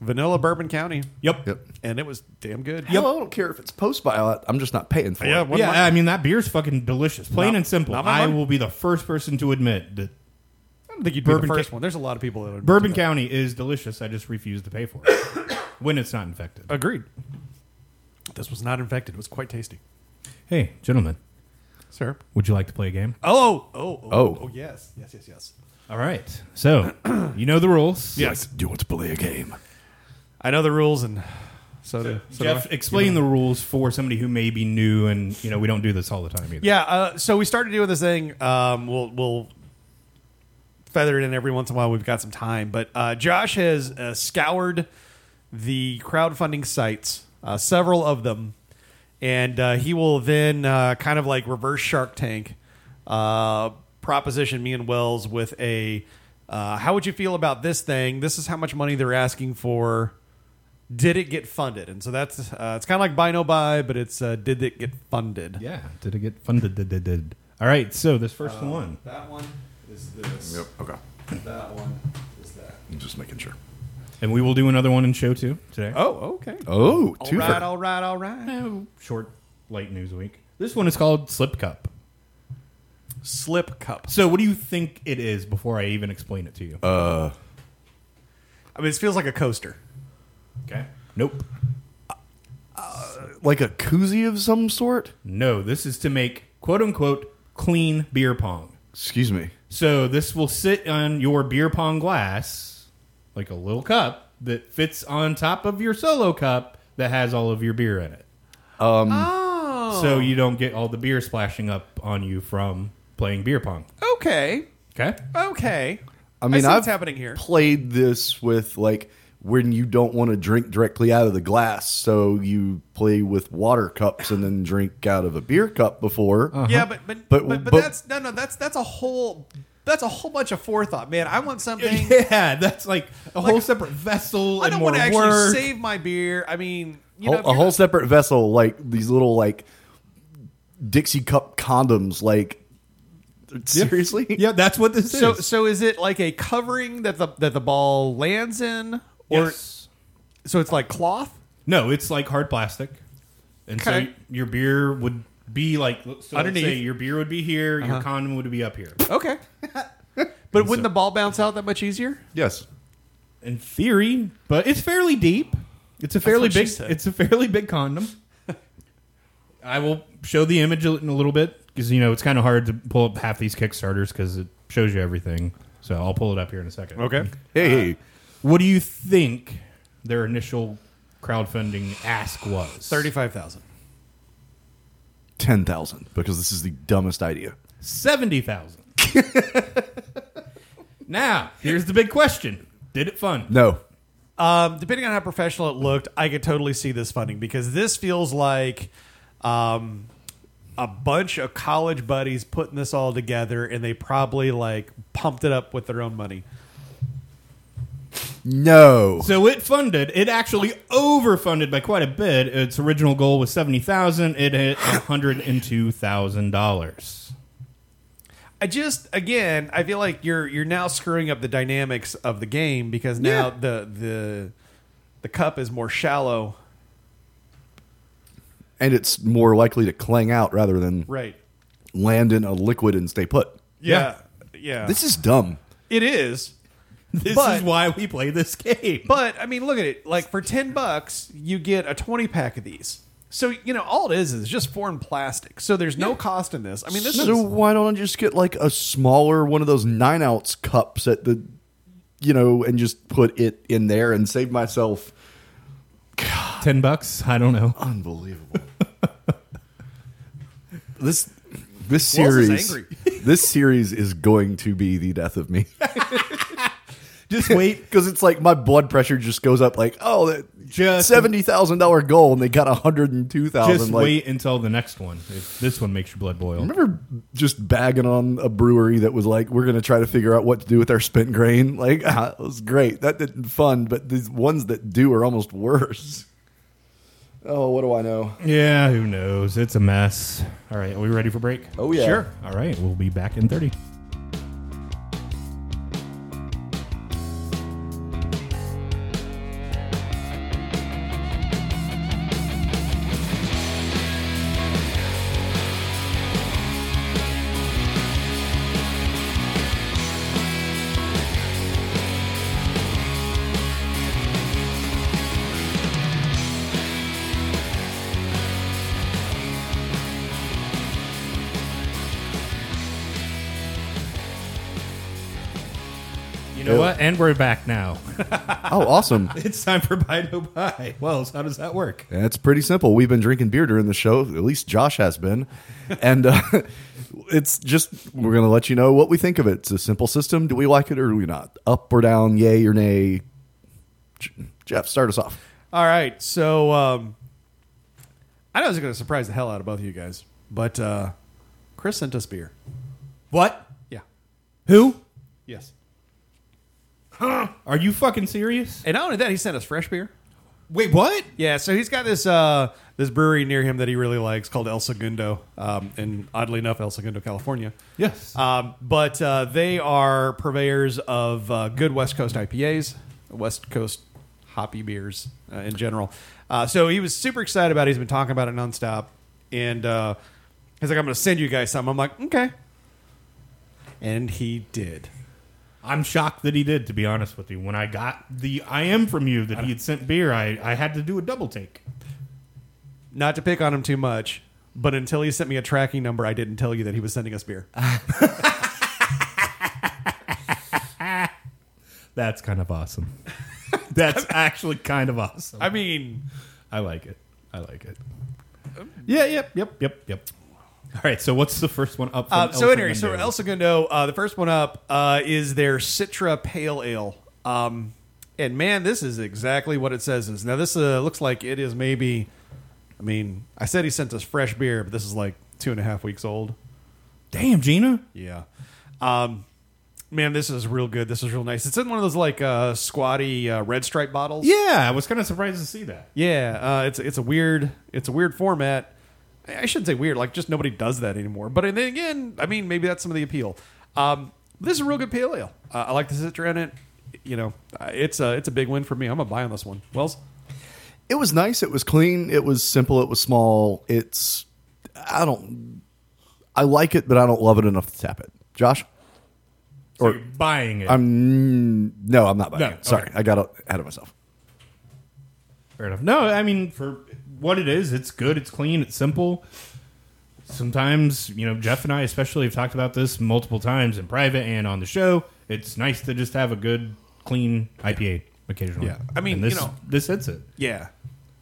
[SPEAKER 2] vanilla Bourbon County,
[SPEAKER 1] Yep.
[SPEAKER 3] Yep.
[SPEAKER 2] and it was damn good.
[SPEAKER 3] Hell, I don't care if it's post-buyout. I'm just not paying for
[SPEAKER 2] Yeah,
[SPEAKER 3] it.
[SPEAKER 2] what-
[SPEAKER 1] yeah,
[SPEAKER 2] my-
[SPEAKER 1] I mean that beer's fucking delicious, plain
[SPEAKER 2] Not-
[SPEAKER 1] and simple.
[SPEAKER 2] not my
[SPEAKER 1] I
[SPEAKER 2] money.
[SPEAKER 1] will be the first person to admit that
[SPEAKER 2] I don't think you'd
[SPEAKER 1] Bourbon
[SPEAKER 2] be the first
[SPEAKER 1] ca-
[SPEAKER 2] one. There's a lot of people that would
[SPEAKER 1] Bourbon County is delicious. I just refuse to pay for it when it's not infected.
[SPEAKER 2] Agreed. This was not infected. It was quite tasty.
[SPEAKER 1] Hey, gentlemen,
[SPEAKER 2] Sir.
[SPEAKER 1] would you like to play a game?
[SPEAKER 2] Oh, oh, oh,
[SPEAKER 3] Oh.
[SPEAKER 2] oh, yes. Yes, yes, yes.
[SPEAKER 1] All right. So you know the rules.
[SPEAKER 2] Yes.
[SPEAKER 3] Do you want to play a game?
[SPEAKER 2] I know the rules, and so, do, so do
[SPEAKER 1] Jeff,
[SPEAKER 2] I.
[SPEAKER 1] explain the rules for somebody who may be new, and you know we don't do this all the time either.
[SPEAKER 2] Yeah, uh, so we started doing this thing. Um, we'll we'll feather it in every once in a while. We've got some time, but uh, Josh has uh, scoured the crowdfunding sites, uh, several of them, and uh, he will then uh, kind of like reverse Shark Tank uh, proposition me and Wells with a uh, how would you feel about this thing? This is how much money they're asking for. Did it get funded? And so that's uh, it's kind of like buy no buy, but it's uh, did it get funded?
[SPEAKER 1] yeah. Did it get funded? Did, did, did. All right. So this first
[SPEAKER 2] Um,
[SPEAKER 1] one.
[SPEAKER 2] That one is this.
[SPEAKER 3] Yep. Okay.
[SPEAKER 2] That one is that.
[SPEAKER 3] I'm just making sure.
[SPEAKER 1] And we will do another one in show two today.
[SPEAKER 2] Oh, okay.
[SPEAKER 3] Oh,
[SPEAKER 2] all
[SPEAKER 3] two.
[SPEAKER 2] right, all right, all right.
[SPEAKER 1] No, short, light news week. This one is called Slip Cup.
[SPEAKER 2] Slip cup.
[SPEAKER 1] So, what do you think it is before I even explain it to you?
[SPEAKER 2] I mean, it feels like a coaster.
[SPEAKER 1] okay. Nope.
[SPEAKER 3] Like a koozie of some sort?
[SPEAKER 1] No, this is to make quote unquote clean beer pong.
[SPEAKER 3] Excuse me.
[SPEAKER 1] So this will sit on your beer pong glass like a little cup that fits on top of your solo cup that has all of your beer in it. Um
[SPEAKER 2] Oh.
[SPEAKER 1] so you don't get all the beer splashing up on you from playing beer pong.
[SPEAKER 2] Okay.
[SPEAKER 1] Okay?
[SPEAKER 2] Okay.
[SPEAKER 3] I mean,
[SPEAKER 2] see
[SPEAKER 3] I've
[SPEAKER 2] what's happening here.
[SPEAKER 3] Played this with like when you don't want to drink directly out of the glass, so you play with water cups and then drink out of a beer cup before.
[SPEAKER 2] Yeah, but uh-huh. but,
[SPEAKER 3] But-
[SPEAKER 2] but, but
[SPEAKER 3] but-
[SPEAKER 2] that's no no that's that's a whole that's a whole bunch of forethought, man. I want something.
[SPEAKER 1] Yeah, that's like a whole
[SPEAKER 2] Like-
[SPEAKER 1] separate vessel
[SPEAKER 2] I
[SPEAKER 1] and
[SPEAKER 2] don't
[SPEAKER 1] more
[SPEAKER 2] want to actually
[SPEAKER 1] work.
[SPEAKER 2] save my beer. I mean, you know,
[SPEAKER 3] Whole-
[SPEAKER 2] if
[SPEAKER 3] a
[SPEAKER 2] you're
[SPEAKER 3] whole
[SPEAKER 2] not-
[SPEAKER 3] separate vessel, like these little like Dixie cup condoms, like seriously,
[SPEAKER 1] yeah, that's what this
[SPEAKER 2] so
[SPEAKER 1] is.
[SPEAKER 2] so is it like a covering that the that the ball lands in, or
[SPEAKER 1] Yes.
[SPEAKER 2] so it's like cloth?
[SPEAKER 1] No, it's like hard plastic, and so
[SPEAKER 2] Okay.
[SPEAKER 1] your beer would be like so Underneath.
[SPEAKER 2] Underneath. Uh-huh.
[SPEAKER 1] Say your beer would be here, your condom would be up here.
[SPEAKER 2] Okay, but wouldn't the ball bounce out that much easier?
[SPEAKER 3] yes.
[SPEAKER 1] In theory, but it's fairly deep. It's a fairly
[SPEAKER 2] what she
[SPEAKER 1] big.
[SPEAKER 2] said.
[SPEAKER 1] It's a fairly big condom. I will show the image in a little bit because you know it's kind of hard to pull up half these Kickstarters because it shows you everything. So I'll pull it up here in a second.
[SPEAKER 3] Hey,
[SPEAKER 2] Uh-huh.
[SPEAKER 1] What do you think their initial crowdfunding ask was?
[SPEAKER 2] thirty-five thousand.
[SPEAKER 3] ten thousand because this is the dumbest idea.
[SPEAKER 1] Seventy thousand. now, here's the big question: Did it fund?
[SPEAKER 3] No,
[SPEAKER 2] Um, depending on how professional it looked, I could totally see this funding because this feels like um, a bunch of college buddies putting this all together, and they probably like pumped it up with their own money.
[SPEAKER 3] no.
[SPEAKER 1] So it funded. It actually overfunded by quite a bit. Its original goal was seventy thousand. It hit one hundred and two thousand dollars.
[SPEAKER 2] I just again, I feel like you're you're now screwing up the dynamics of the game because now the the the cup is more shallow.
[SPEAKER 3] and it's more likely to clang out rather than
[SPEAKER 2] Right.
[SPEAKER 3] land in a liquid and stay put.
[SPEAKER 2] Yeah. Yeah.
[SPEAKER 3] This is dumb.
[SPEAKER 2] it is.
[SPEAKER 1] This
[SPEAKER 2] But-
[SPEAKER 1] is why we play this game.
[SPEAKER 2] But I mean, look at it. Like for ten bucks, you get a twenty pack of these. So you know, all it is is just foreign plastic. So there's no cost in this. I mean, this
[SPEAKER 3] So
[SPEAKER 2] is
[SPEAKER 3] why don't I just get like a smaller one of those nine ounce cups at the, you know, and just put it in there and save myself.
[SPEAKER 1] Ten bucks? I don't know.
[SPEAKER 3] Unbelievable. this this
[SPEAKER 2] Wells is
[SPEAKER 3] series
[SPEAKER 2] angry.
[SPEAKER 3] this series is going to be the death of me
[SPEAKER 1] Just wait.
[SPEAKER 3] because it's like my blood pressure just goes up like oh that
[SPEAKER 1] Just-
[SPEAKER 3] seventy thousand dollar goal and they got a hundred and two thousand.
[SPEAKER 1] Just
[SPEAKER 3] like,
[SPEAKER 1] wait until the next one. If this one makes your blood boil.
[SPEAKER 3] Remember just bagging on a brewery that was like, we're going to try to figure out what to do with our spent grain? Like, ah, it was great. That didn't fun, but these ones that do are almost worse. Oh, what do I know?
[SPEAKER 1] Yeah, who knows? It's a mess. All right, are we ready for break?
[SPEAKER 3] Oh, yeah.
[SPEAKER 1] Sure. All right, we'll be back in 30. You know
[SPEAKER 3] Yeah.
[SPEAKER 1] what? And we're back now.
[SPEAKER 3] Oh, awesome.
[SPEAKER 1] it's time for Buy No Buy. Wells, how does that work?
[SPEAKER 3] That's pretty simple. We've been drinking beer during the show. At least Josh has been. And uh, it's just, we're going to let you know what we think of it. It's a simple system. Do we like it or do we not? Up or down, yay or nay? J- Jeff, start us off.
[SPEAKER 2] all right. So um, I know this is going to surprise the hell out of both of you guys, but uh, Chris sent us beer.
[SPEAKER 1] What?
[SPEAKER 2] Yeah.
[SPEAKER 1] Who?
[SPEAKER 2] Yes.
[SPEAKER 1] Are you fucking serious?
[SPEAKER 2] And not only that, he sent us fresh beer.
[SPEAKER 1] Wait, what?
[SPEAKER 2] Yeah, so he's got this uh, this brewery near him that he really likes called El Segundo, um, and oddly enough, El Segundo, California.
[SPEAKER 1] Yes.
[SPEAKER 2] Um, but uh, they are purveyors of uh, good West Coast IPAs, West Coast hoppy beers uh, in general. Uh, so he was super excited about it. He's been talking about it nonstop. And uh, He's like, I'm going to send you guys something. I'm like, okay. And he did.
[SPEAKER 1] I'm shocked that he did, to be honest with you. When I got the I am from you that he had sent beer, I, I had to do a double take.
[SPEAKER 2] Not to pick on him too much, but until he sent me a tracking number, I didn't tell you that he was sending us beer.
[SPEAKER 1] That's kind of awesome. That's actually kind of awesome.
[SPEAKER 2] I mean,
[SPEAKER 1] I like it. I like it. Yeah, yep, yep, yep, yep. All right, so what's the first one up? From
[SPEAKER 2] Uh,
[SPEAKER 1] El
[SPEAKER 2] so anyway, so
[SPEAKER 1] Segundo?
[SPEAKER 2] El Segundo, uh, the first one up uh, is their Citra Pale Ale, um, and man, this is exactly what it says is. Now this uh, looks like it is maybe, I mean, I said he sent us fresh beer, but this is like two and a half weeks old.
[SPEAKER 1] Damn, Gina.
[SPEAKER 2] Yeah, um, man, this is real good. This is real nice. It's in one of those like uh, squatty uh, red stripe bottles.
[SPEAKER 1] Yeah, I was kind of surprised to see that.
[SPEAKER 2] Yeah, uh, it's it's a weird it's a weird format. I I shouldn't say weird, like just nobody does that anymore. But then again, I mean, maybe that's some of the appeal. Um, this is a real good pale ale. Uh, I like the citra in it. You know, uh, it's a it's a big win for me. I'm gonna buy on this one. Wells,
[SPEAKER 3] It was nice. It was clean. It was simple. It was small. It's I don't I like it, but I don't love it enough to tap it. Josh,
[SPEAKER 1] So
[SPEAKER 3] Or-
[SPEAKER 1] you're buying it.
[SPEAKER 3] I'm Mm, no, I'm not buying
[SPEAKER 1] No,
[SPEAKER 3] it. Sorry,
[SPEAKER 1] okay.
[SPEAKER 3] I got ahead of myself.
[SPEAKER 1] Fair enough. No, I mean for what it is, it's good, it's clean, it's simple. Sometimes, you know, Jeff and I especially have talked about this multiple times in private and on the show. It's nice to just have a good, clean IPA occasionally.
[SPEAKER 2] Yeah. I mean,
[SPEAKER 1] And this,
[SPEAKER 2] you know-
[SPEAKER 1] this hits it,
[SPEAKER 2] yeah,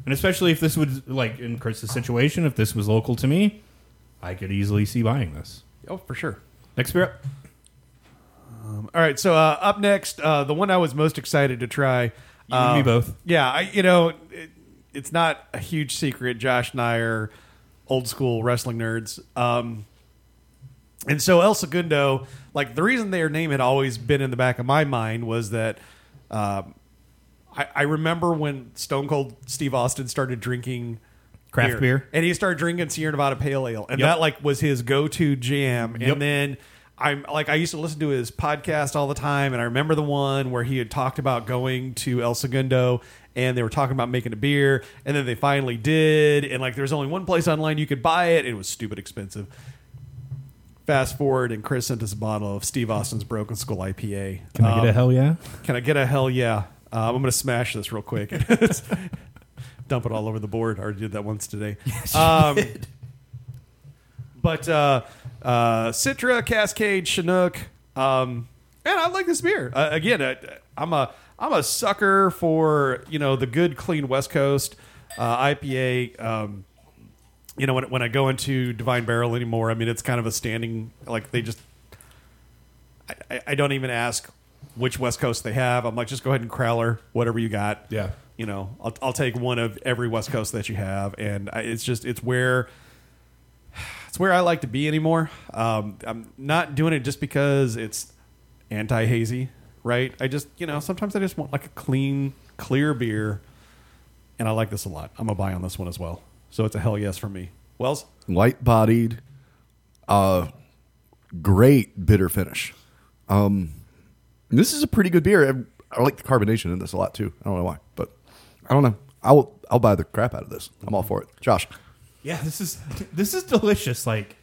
[SPEAKER 1] and especially if this would like in Chris's situation, if this was local to me, I could easily see buying this.
[SPEAKER 2] oh for sure.
[SPEAKER 1] Next beer up.
[SPEAKER 2] All right, so uh, up next, uh, the one I was most excited to try.
[SPEAKER 1] You and me
[SPEAKER 2] um,
[SPEAKER 1] both.
[SPEAKER 2] Yeah, I, you know, it, it's not a huge secret. Josh and I are old school wrestling nerds. Um, and so El Segundo, like the reason their name had always been in the back of my mind was that um, I, I remember when Stone Cold Steve Austin started drinking
[SPEAKER 1] Craft beer.
[SPEAKER 2] and he started drinking Sierra Nevada Pale Ale, and
[SPEAKER 1] Yep.
[SPEAKER 2] that like was his go-to jam. And
[SPEAKER 1] Yep.
[SPEAKER 2] then I'm like, I used to listen to his podcast all the time, and I remember the one where he had talked about going to El Segundo, and they were talking about making a beer, and then they finally did, and like there's only one place online you could buy it, and it was stupid expensive. Fast forward, and Chris sent us a bottle of Steve Austin's Broken Skull IPA.
[SPEAKER 1] Can I get
[SPEAKER 2] Um,
[SPEAKER 1] a hell yeah?
[SPEAKER 2] can I get a hell yeah? Uh, I'm going to smash this real quick. Dump it all over the board. I already did that once today. um, But uh, uh, Citra, Cascade, Chinook, um, and I like this beer. Uh, again, I, I'm a I'm a sucker for you know the good clean West Coast uh, IPA. Um, you know when when I go into Divine Barrel anymore, I mean it's kind of a standing like they just I- I, I don't even ask which West Coast they have. I'm like, just go ahead and crowler whatever you got.
[SPEAKER 1] Yeah.
[SPEAKER 2] You know, I'll, I'll take one of every West Coast that you have. And I, it's just, it's where, it's where I like to be anymore. Um, I'm not doing it just because it's anti hazy, right? I just, you know, sometimes I just want like a clean, clear beer. And I like this a lot. I'm going to buy on this one as well. So it's a hell yes for me. Wells?
[SPEAKER 3] Light bodied, uh, great bitter finish. Um, this is a pretty good beer. I, I like the carbonation in this a lot too. I don't know why, but I don't know. I'll I'll buy the crap out of this. I'm all for it. Josh,
[SPEAKER 1] yeah this is this is delicious like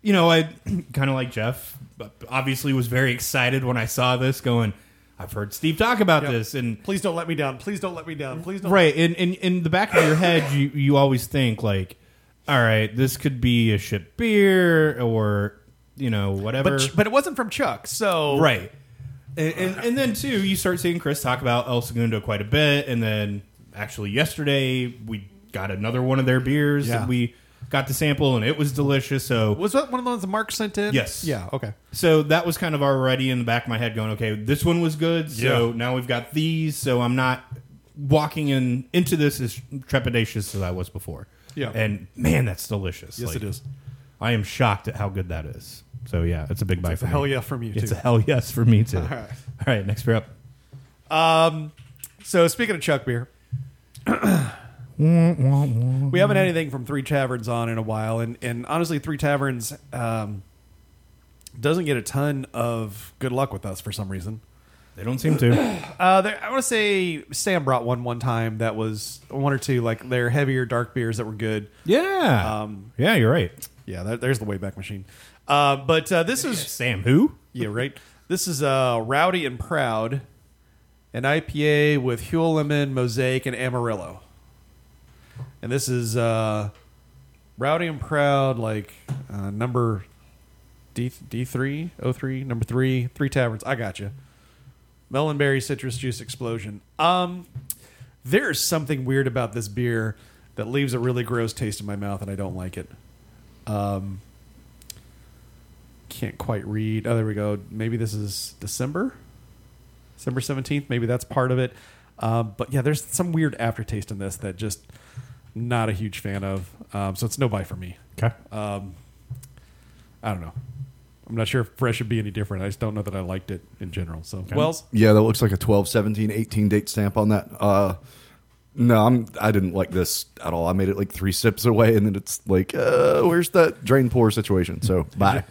[SPEAKER 1] you know i kind of like jeff but obviously was very excited when i saw this going i've heard steve talk about this and
[SPEAKER 2] Please don't let me down. Please don't let me down. Please don't.
[SPEAKER 1] right in, in in the back of your head you you always think like all right this could be a ship beer or you know whatever
[SPEAKER 2] But, but it wasn't from Chuck. So.
[SPEAKER 1] right and, and and then too you start seeing chris talk about el segundo quite a bit and then actually yesterday we got another one of their beers
[SPEAKER 2] Yeah.
[SPEAKER 1] that we got to sample and it was delicious so
[SPEAKER 2] Was that one of the ones that Mark sent in?
[SPEAKER 1] Yes.
[SPEAKER 2] Yeah. Okay.
[SPEAKER 1] So that was kind of already in the back of my head going, okay, this one was good. So
[SPEAKER 2] Yeah.
[SPEAKER 1] now we've got these. So I'm not walking in into this as trepidatious as I was before.
[SPEAKER 2] Yeah.
[SPEAKER 1] And man, that's delicious.
[SPEAKER 2] Yes,
[SPEAKER 1] Like,
[SPEAKER 2] it is.
[SPEAKER 1] I am shocked at how good that is. So yeah, it's a big buy
[SPEAKER 2] It's
[SPEAKER 1] for
[SPEAKER 2] a
[SPEAKER 1] me.
[SPEAKER 2] hell yeah from you
[SPEAKER 1] It's
[SPEAKER 2] too.
[SPEAKER 1] a hell yes for me too. All
[SPEAKER 2] right.
[SPEAKER 1] right, next beer up.
[SPEAKER 2] um, so speaking of Chuck beer, we haven't had anything from Three Taverns on in a while, and and honestly, Three Taverns um, doesn't get a ton of good luck with us for some reason.
[SPEAKER 1] They don't seem to.
[SPEAKER 2] Uh, there, I want to say Sam brought one one time that was one or two like their heavier dark beers that were good.
[SPEAKER 1] Yeah.
[SPEAKER 2] Um,
[SPEAKER 1] yeah, you're right.
[SPEAKER 2] Yeah, there, there's the Wayback Machine. Uh, but uh, this is
[SPEAKER 1] Sam who?
[SPEAKER 2] yeah right. This is uh, Rowdy and Proud, an IPA with Huel Lemon, Mosaic, and Amarillo. And this is uh, Rowdy and Proud, like uh, number D D three O three number three three taverns. I got you. Melon berry citrus juice explosion. Um, there's something weird about this beer that leaves a really gross taste in my mouth, and I don't like it. Um, can't quite read. Oh, there we go. Maybe this is December, December seventeenth. Maybe that's part of it. Um, but yeah, there's some weird aftertaste in this that just not a huge fan of. Um, so it's no buy for me.
[SPEAKER 1] Okay.
[SPEAKER 2] Um, I don't know. I'm not sure if fresh should be any different. I just don't know that I liked it in general. So Wells,
[SPEAKER 3] Yeah, that looks like a 12, 17, 18 date stamp on that. Uh, no, I'm I didn't like this at all. I made it like three sips away, and then it's like, uh, where's that drain pour situation? So bye.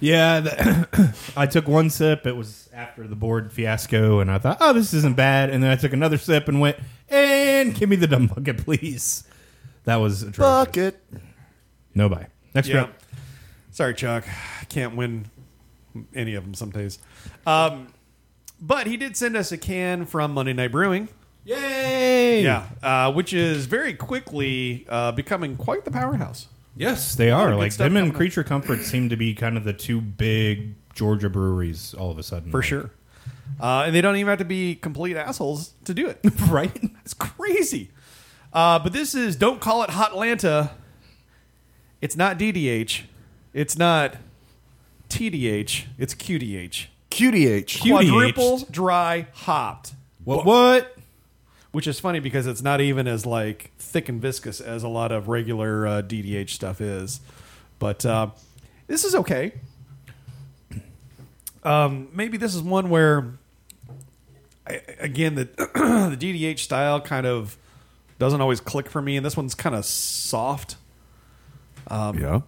[SPEAKER 1] Yeah, the- I took one sip. It was after the board fiasco, and I thought, oh, this isn't bad. And then I took another sip and went, and give me the dumb bucket, please. That was a
[SPEAKER 3] Bucket.
[SPEAKER 1] No buy. Next
[SPEAKER 2] yeah.
[SPEAKER 1] round.
[SPEAKER 2] Sorry, Chuck. I can't win any of them some days. Um, but he did send us a can from Monday Night Brewing.
[SPEAKER 1] Yay!
[SPEAKER 2] Yeah, uh, which is very quickly uh, becoming quite the powerhouse.
[SPEAKER 1] Yes, they are.
[SPEAKER 2] good
[SPEAKER 1] Like
[SPEAKER 2] stuff
[SPEAKER 1] them
[SPEAKER 2] coming
[SPEAKER 1] and
[SPEAKER 2] up.
[SPEAKER 1] Creature Comfort seem to be kind of the two big Georgia breweries all of a sudden.
[SPEAKER 2] for
[SPEAKER 1] Like,
[SPEAKER 2] sure. Uh, and they don't even have to be complete assholes to do it, right? It's crazy. Uh, but this is don't call it Hotlanta. It's not DDH. It's not TDH. It's QDH.
[SPEAKER 3] QDH.
[SPEAKER 1] QDH.
[SPEAKER 2] Quadruple dry hopped,
[SPEAKER 1] What? What?
[SPEAKER 2] which is funny because it's not even as like thick and viscous as a lot of regular uh, DDH stuff is. But uh, this is okay. Um, maybe this is one where I, again the the DDH style kind of doesn't always click for me, and this one's kind of soft.
[SPEAKER 3] yeah.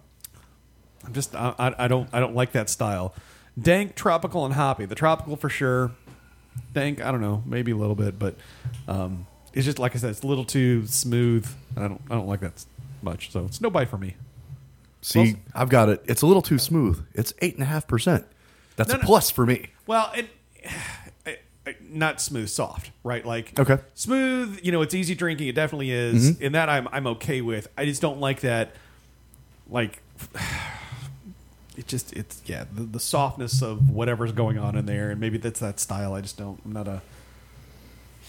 [SPEAKER 2] I'm just I, I, I don't I don't like that style. Dank, tropical, and hoppy. The tropical for sure. Dank, I don't know, maybe a little bit, but um, it's just like I said, it's a little too smooth. And I don't I don't like that s- much, so it's no buy for me.
[SPEAKER 3] See, I've got it. It's a little too smooth. It's eight and a half percent. That's
[SPEAKER 2] No,
[SPEAKER 3] a
[SPEAKER 2] no.
[SPEAKER 3] plus for me.
[SPEAKER 2] Well, it, I- I- not smooth, soft, right? Like
[SPEAKER 3] Okay.
[SPEAKER 2] smooth. You know, it's easy drinking. It definitely is. And that I'm I'm okay with. I just don't like that. Like, it just it's yeah the, the softness of whatever's going on in there, and maybe that's that style. I just don't. I'm not a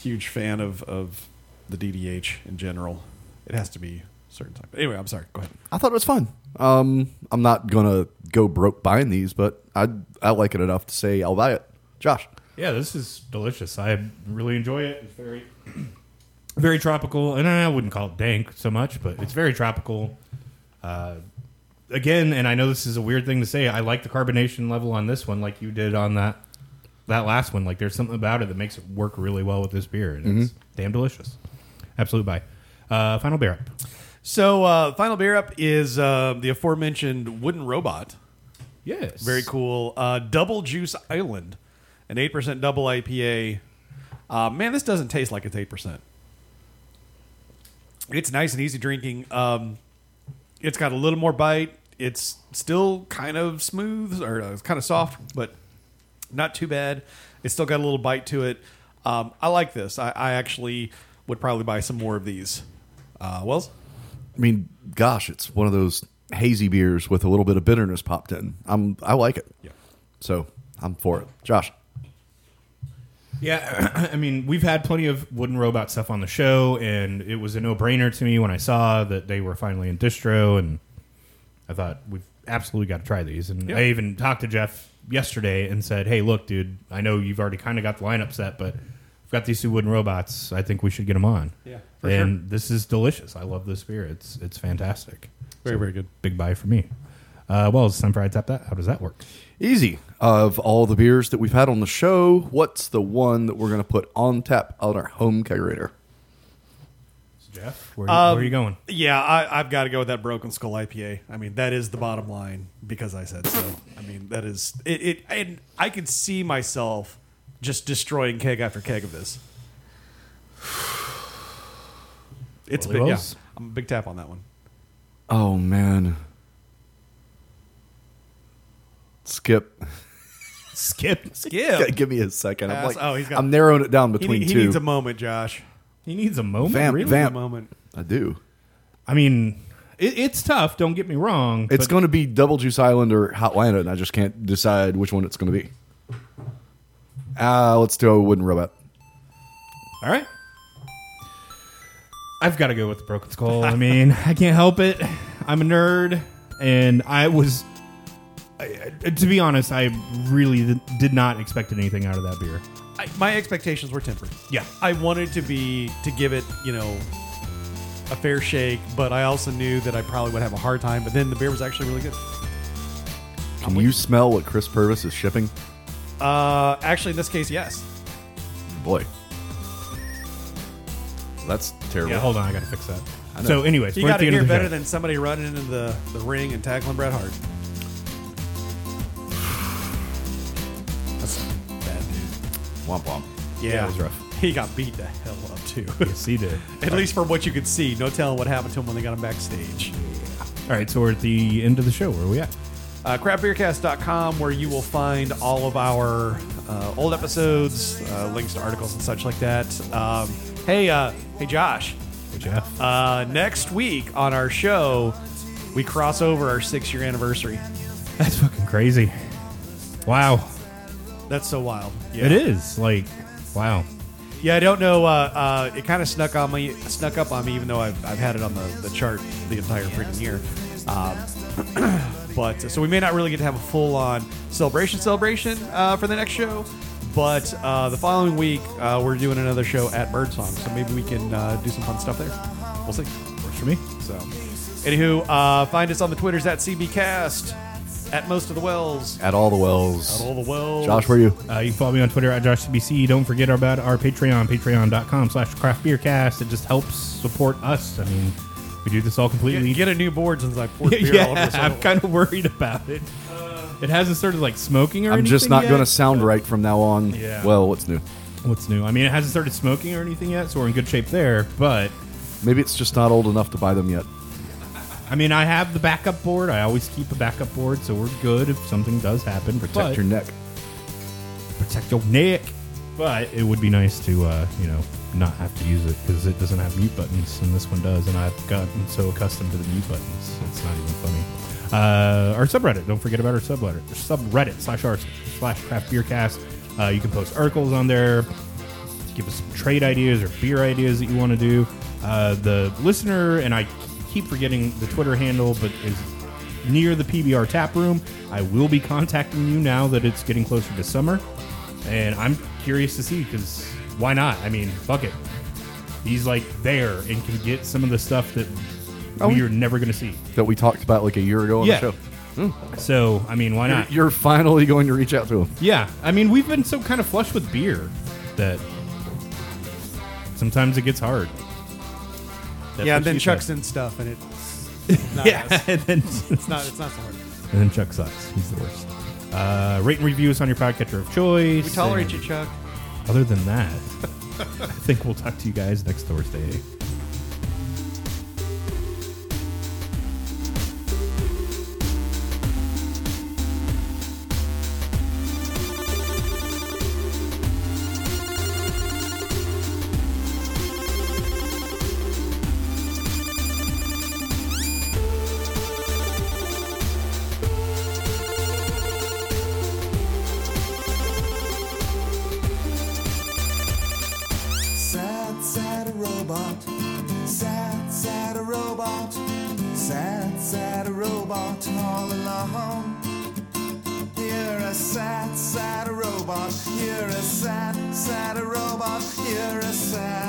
[SPEAKER 2] huge fan of of the DDH in general. It has to be a certain type. Anyway, I'm sorry. Go ahead.
[SPEAKER 3] I thought it was fun. Um, I'm not gonna go broke buying these, but I I like it enough to say I'll buy it. Josh.
[SPEAKER 1] Yeah, this is delicious. I really enjoy it. It's very, very tropical, and I wouldn't call it dank so much, but it's very tropical. Uh, again, and I know this is a weird thing to say. I like the carbonation level on this one, like you did on that that last one. Like, there's something about it that makes it work really well with this beer, and it's damn delicious. Absolute buy. Uh, final beer up.
[SPEAKER 2] So, uh, final beer up is uh, the aforementioned wooden robot.
[SPEAKER 1] Yes,
[SPEAKER 2] Very cool. Uh, Double Juice Island, an 8% double IPA. Uh, man, this doesn't taste like it's 8%. It's nice and easy drinking. Um, it's got a little more bite. It's still kind of smooth or uh, it's kind of soft, but not too bad. It's still got a little bite to it. Um, I like this. I, I actually would probably buy some more of these. Uh, Wells?
[SPEAKER 3] I mean, gosh, it's one of those hazy beers with a little bit of bitterness popped in. I'm I like it.
[SPEAKER 2] Yeah.
[SPEAKER 3] So I'm for it. Josh.
[SPEAKER 1] Yeah, I mean, we've had plenty of wooden robot stuff on the show, and it was a no brainer to me when I saw that they were finally in distro, and I thought we've absolutely got to try these. And
[SPEAKER 2] Yeah.
[SPEAKER 1] I even talked to Jeff yesterday and said, "Hey, look, dude, I know you've already kind of got the lineup set, but we've got these two wooden robots. I think we should get them on."
[SPEAKER 2] Yeah, for
[SPEAKER 1] and this is delicious. I love this beer. It's it's fantastic.
[SPEAKER 2] Very, very good.
[SPEAKER 1] Big buy for me. Uh, well, it's time for I tap that. How does that work?
[SPEAKER 3] Easy. Of all the beers that we've had on the show, what's the one that we're gonna put on tap on our home kegerator?
[SPEAKER 1] Jeff, where, where are you going?
[SPEAKER 2] Yeah, I, I've got to go with that Broken Skull IPA. I mean, that is the bottom line because I said so. I mean, that is it. it and I could see myself just destroying keg after keg of this. It's
[SPEAKER 1] Well, he
[SPEAKER 2] been yeah.
[SPEAKER 1] was.
[SPEAKER 2] I'm a big tap on that one.
[SPEAKER 3] Oh man. Skip.
[SPEAKER 1] Skip.
[SPEAKER 2] Skip.
[SPEAKER 3] Give me a second. I'm
[SPEAKER 2] Ass-
[SPEAKER 3] like,
[SPEAKER 2] oh, he's got-
[SPEAKER 3] I'm narrowing it down
[SPEAKER 2] He,
[SPEAKER 3] between
[SPEAKER 2] ne- he
[SPEAKER 3] two.
[SPEAKER 2] needs a moment, Josh.
[SPEAKER 1] He needs a moment.
[SPEAKER 3] Vamp.
[SPEAKER 1] really?
[SPEAKER 2] A
[SPEAKER 3] Vamp.
[SPEAKER 2] moment.
[SPEAKER 3] I do.
[SPEAKER 1] I mean, it, it's tough. Don't get me wrong.
[SPEAKER 3] It's
[SPEAKER 1] but
[SPEAKER 3] going to be Double Juice Island or Hotlanta, and I just can't decide which one it's going to be. Ah, let's do a wooden robot.
[SPEAKER 1] all right. I've got to go with the broken skull. I mean, I can't help it. I'm a nerd, and I was. I, I- to be honest, I really th- did not expect anything out of that beer.
[SPEAKER 2] I, my expectations were tempered.
[SPEAKER 1] Yeah.
[SPEAKER 2] I wanted to be to give it, you know, a fair shake, but I also knew that I probably would have a hard time. But then the beer was actually really good.
[SPEAKER 3] Can you smell what Chris Purvis is shipping?
[SPEAKER 2] Uh, actually, in this case, yes.
[SPEAKER 3] Boy, that's terrible.
[SPEAKER 1] Yeah, hold on, I got to fix that.
[SPEAKER 3] I know.
[SPEAKER 1] So, anyways,
[SPEAKER 2] You
[SPEAKER 1] we're
[SPEAKER 2] got
[SPEAKER 1] at the
[SPEAKER 2] to
[SPEAKER 1] end
[SPEAKER 2] hear
[SPEAKER 1] of the
[SPEAKER 2] better
[SPEAKER 1] show.
[SPEAKER 2] than somebody running into the, the ring and tackling Bret Hart. That's bad, dude.
[SPEAKER 3] Womp womp.
[SPEAKER 2] Yeah,
[SPEAKER 1] it was rough.
[SPEAKER 2] He got beat the hell up too.
[SPEAKER 1] yes, he did.
[SPEAKER 2] At least from what you could see, no telling what happened to him when they got him backstage.
[SPEAKER 1] All right, so we're at the end of the show. Where are we at?
[SPEAKER 2] uh, craftbeercast.com where you will find all of our uh, old episodes uh, links to articles and such like that um, hey uh, hey josh
[SPEAKER 1] Hey, Jeff.
[SPEAKER 2] uh, next week on our show we cross over our six year anniversary
[SPEAKER 1] That's fucking crazy. Wow.
[SPEAKER 2] that's so wild yeah
[SPEAKER 1] It is. Like, wow.
[SPEAKER 2] yeah i don't know uh, uh, it kind of snuck on me snuck up on me even though i've, I've had it on the, the chart the entire freaking year um, but uh, so we may not really get to have a full on celebration celebration uh, for the next show. But uh, the following week, uh, we're doing another show at Birdsong, so maybe we can uh, do some fun stuff there. We'll see. Works for me. So, anywho, uh, find us on the Twitters at CBcast, at most of the wells,
[SPEAKER 3] At all the wells.
[SPEAKER 2] at all the wells.
[SPEAKER 3] Josh, where are you?
[SPEAKER 1] Uh, you can follow me on Twitter at JoshCBC. Don't forget about our Patreon, patreon.com slash craftbeercast. It just helps support us. I mean, we do this all completely.
[SPEAKER 2] Get, get a new board since I poured beer all over
[SPEAKER 1] yeah,
[SPEAKER 2] this.
[SPEAKER 1] I'm kind of worried about it. It hasn't started like smoking or
[SPEAKER 3] I'm
[SPEAKER 1] anything.
[SPEAKER 3] just not
[SPEAKER 1] yet.
[SPEAKER 3] going to sound right from now on.
[SPEAKER 1] Yeah.
[SPEAKER 3] Well, what's new?
[SPEAKER 1] What's new? I mean, it hasn't started smoking or anything yet, so we're in good shape there. But
[SPEAKER 3] Maybe it's just not old enough to buy them yet.
[SPEAKER 1] I mean, I have the backup board. I always keep a backup board, so we're good if something does happen.
[SPEAKER 3] Protect
[SPEAKER 1] But-
[SPEAKER 3] your neck.
[SPEAKER 1] protect your neck. But it would be nice to, uh, you know, not have to use it because it doesn't have mute buttons, and this one does. And I've gotten so accustomed to the mute buttons, it's not even funny. Uh, our subreddit, don't forget about our subreddit, subreddit slash r slash craft beer cast. Uh, you can post articles on there, give us some trade ideas or beer ideas that you want to do. Uh, the listener, and I keep forgetting the Twitter handle, but is near the PBR tap room. I will be contacting you now that it's getting closer to summer, and I'm curious to see because why not? I mean, fuck it. He's like there and can get some of the stuff that we
[SPEAKER 3] we-
[SPEAKER 1] are never going to see.
[SPEAKER 3] That we talked about like a year ago on
[SPEAKER 1] Yeah.
[SPEAKER 3] the show.
[SPEAKER 1] So, I mean, why
[SPEAKER 3] You're,
[SPEAKER 1] not?
[SPEAKER 3] you're finally going to reach out to him.
[SPEAKER 1] Yeah, I mean, we've been so kind of flush with beer that sometimes it gets hard. That's
[SPEAKER 2] yeah,
[SPEAKER 1] what
[SPEAKER 2] and then
[SPEAKER 1] she
[SPEAKER 2] Chuck's
[SPEAKER 1] said.
[SPEAKER 2] in stuff, and it's not
[SPEAKER 1] Yeah,
[SPEAKER 2] us.
[SPEAKER 1] and then,
[SPEAKER 2] It's not. It's not so hard.
[SPEAKER 1] and then Chuck sucks. He's the worst. Uh, rate and review us on your podcatcher of choice.
[SPEAKER 2] We tolerate
[SPEAKER 1] and
[SPEAKER 2] you, Chuck.
[SPEAKER 1] Other than that, I think we'll talk to you guys next Thursday.
[SPEAKER 5] Sad, sad robot. Sad, sad robot. Sad, sad robot all alone. You're a sad, sad robot. You're a sad, sad robot. You're a sad.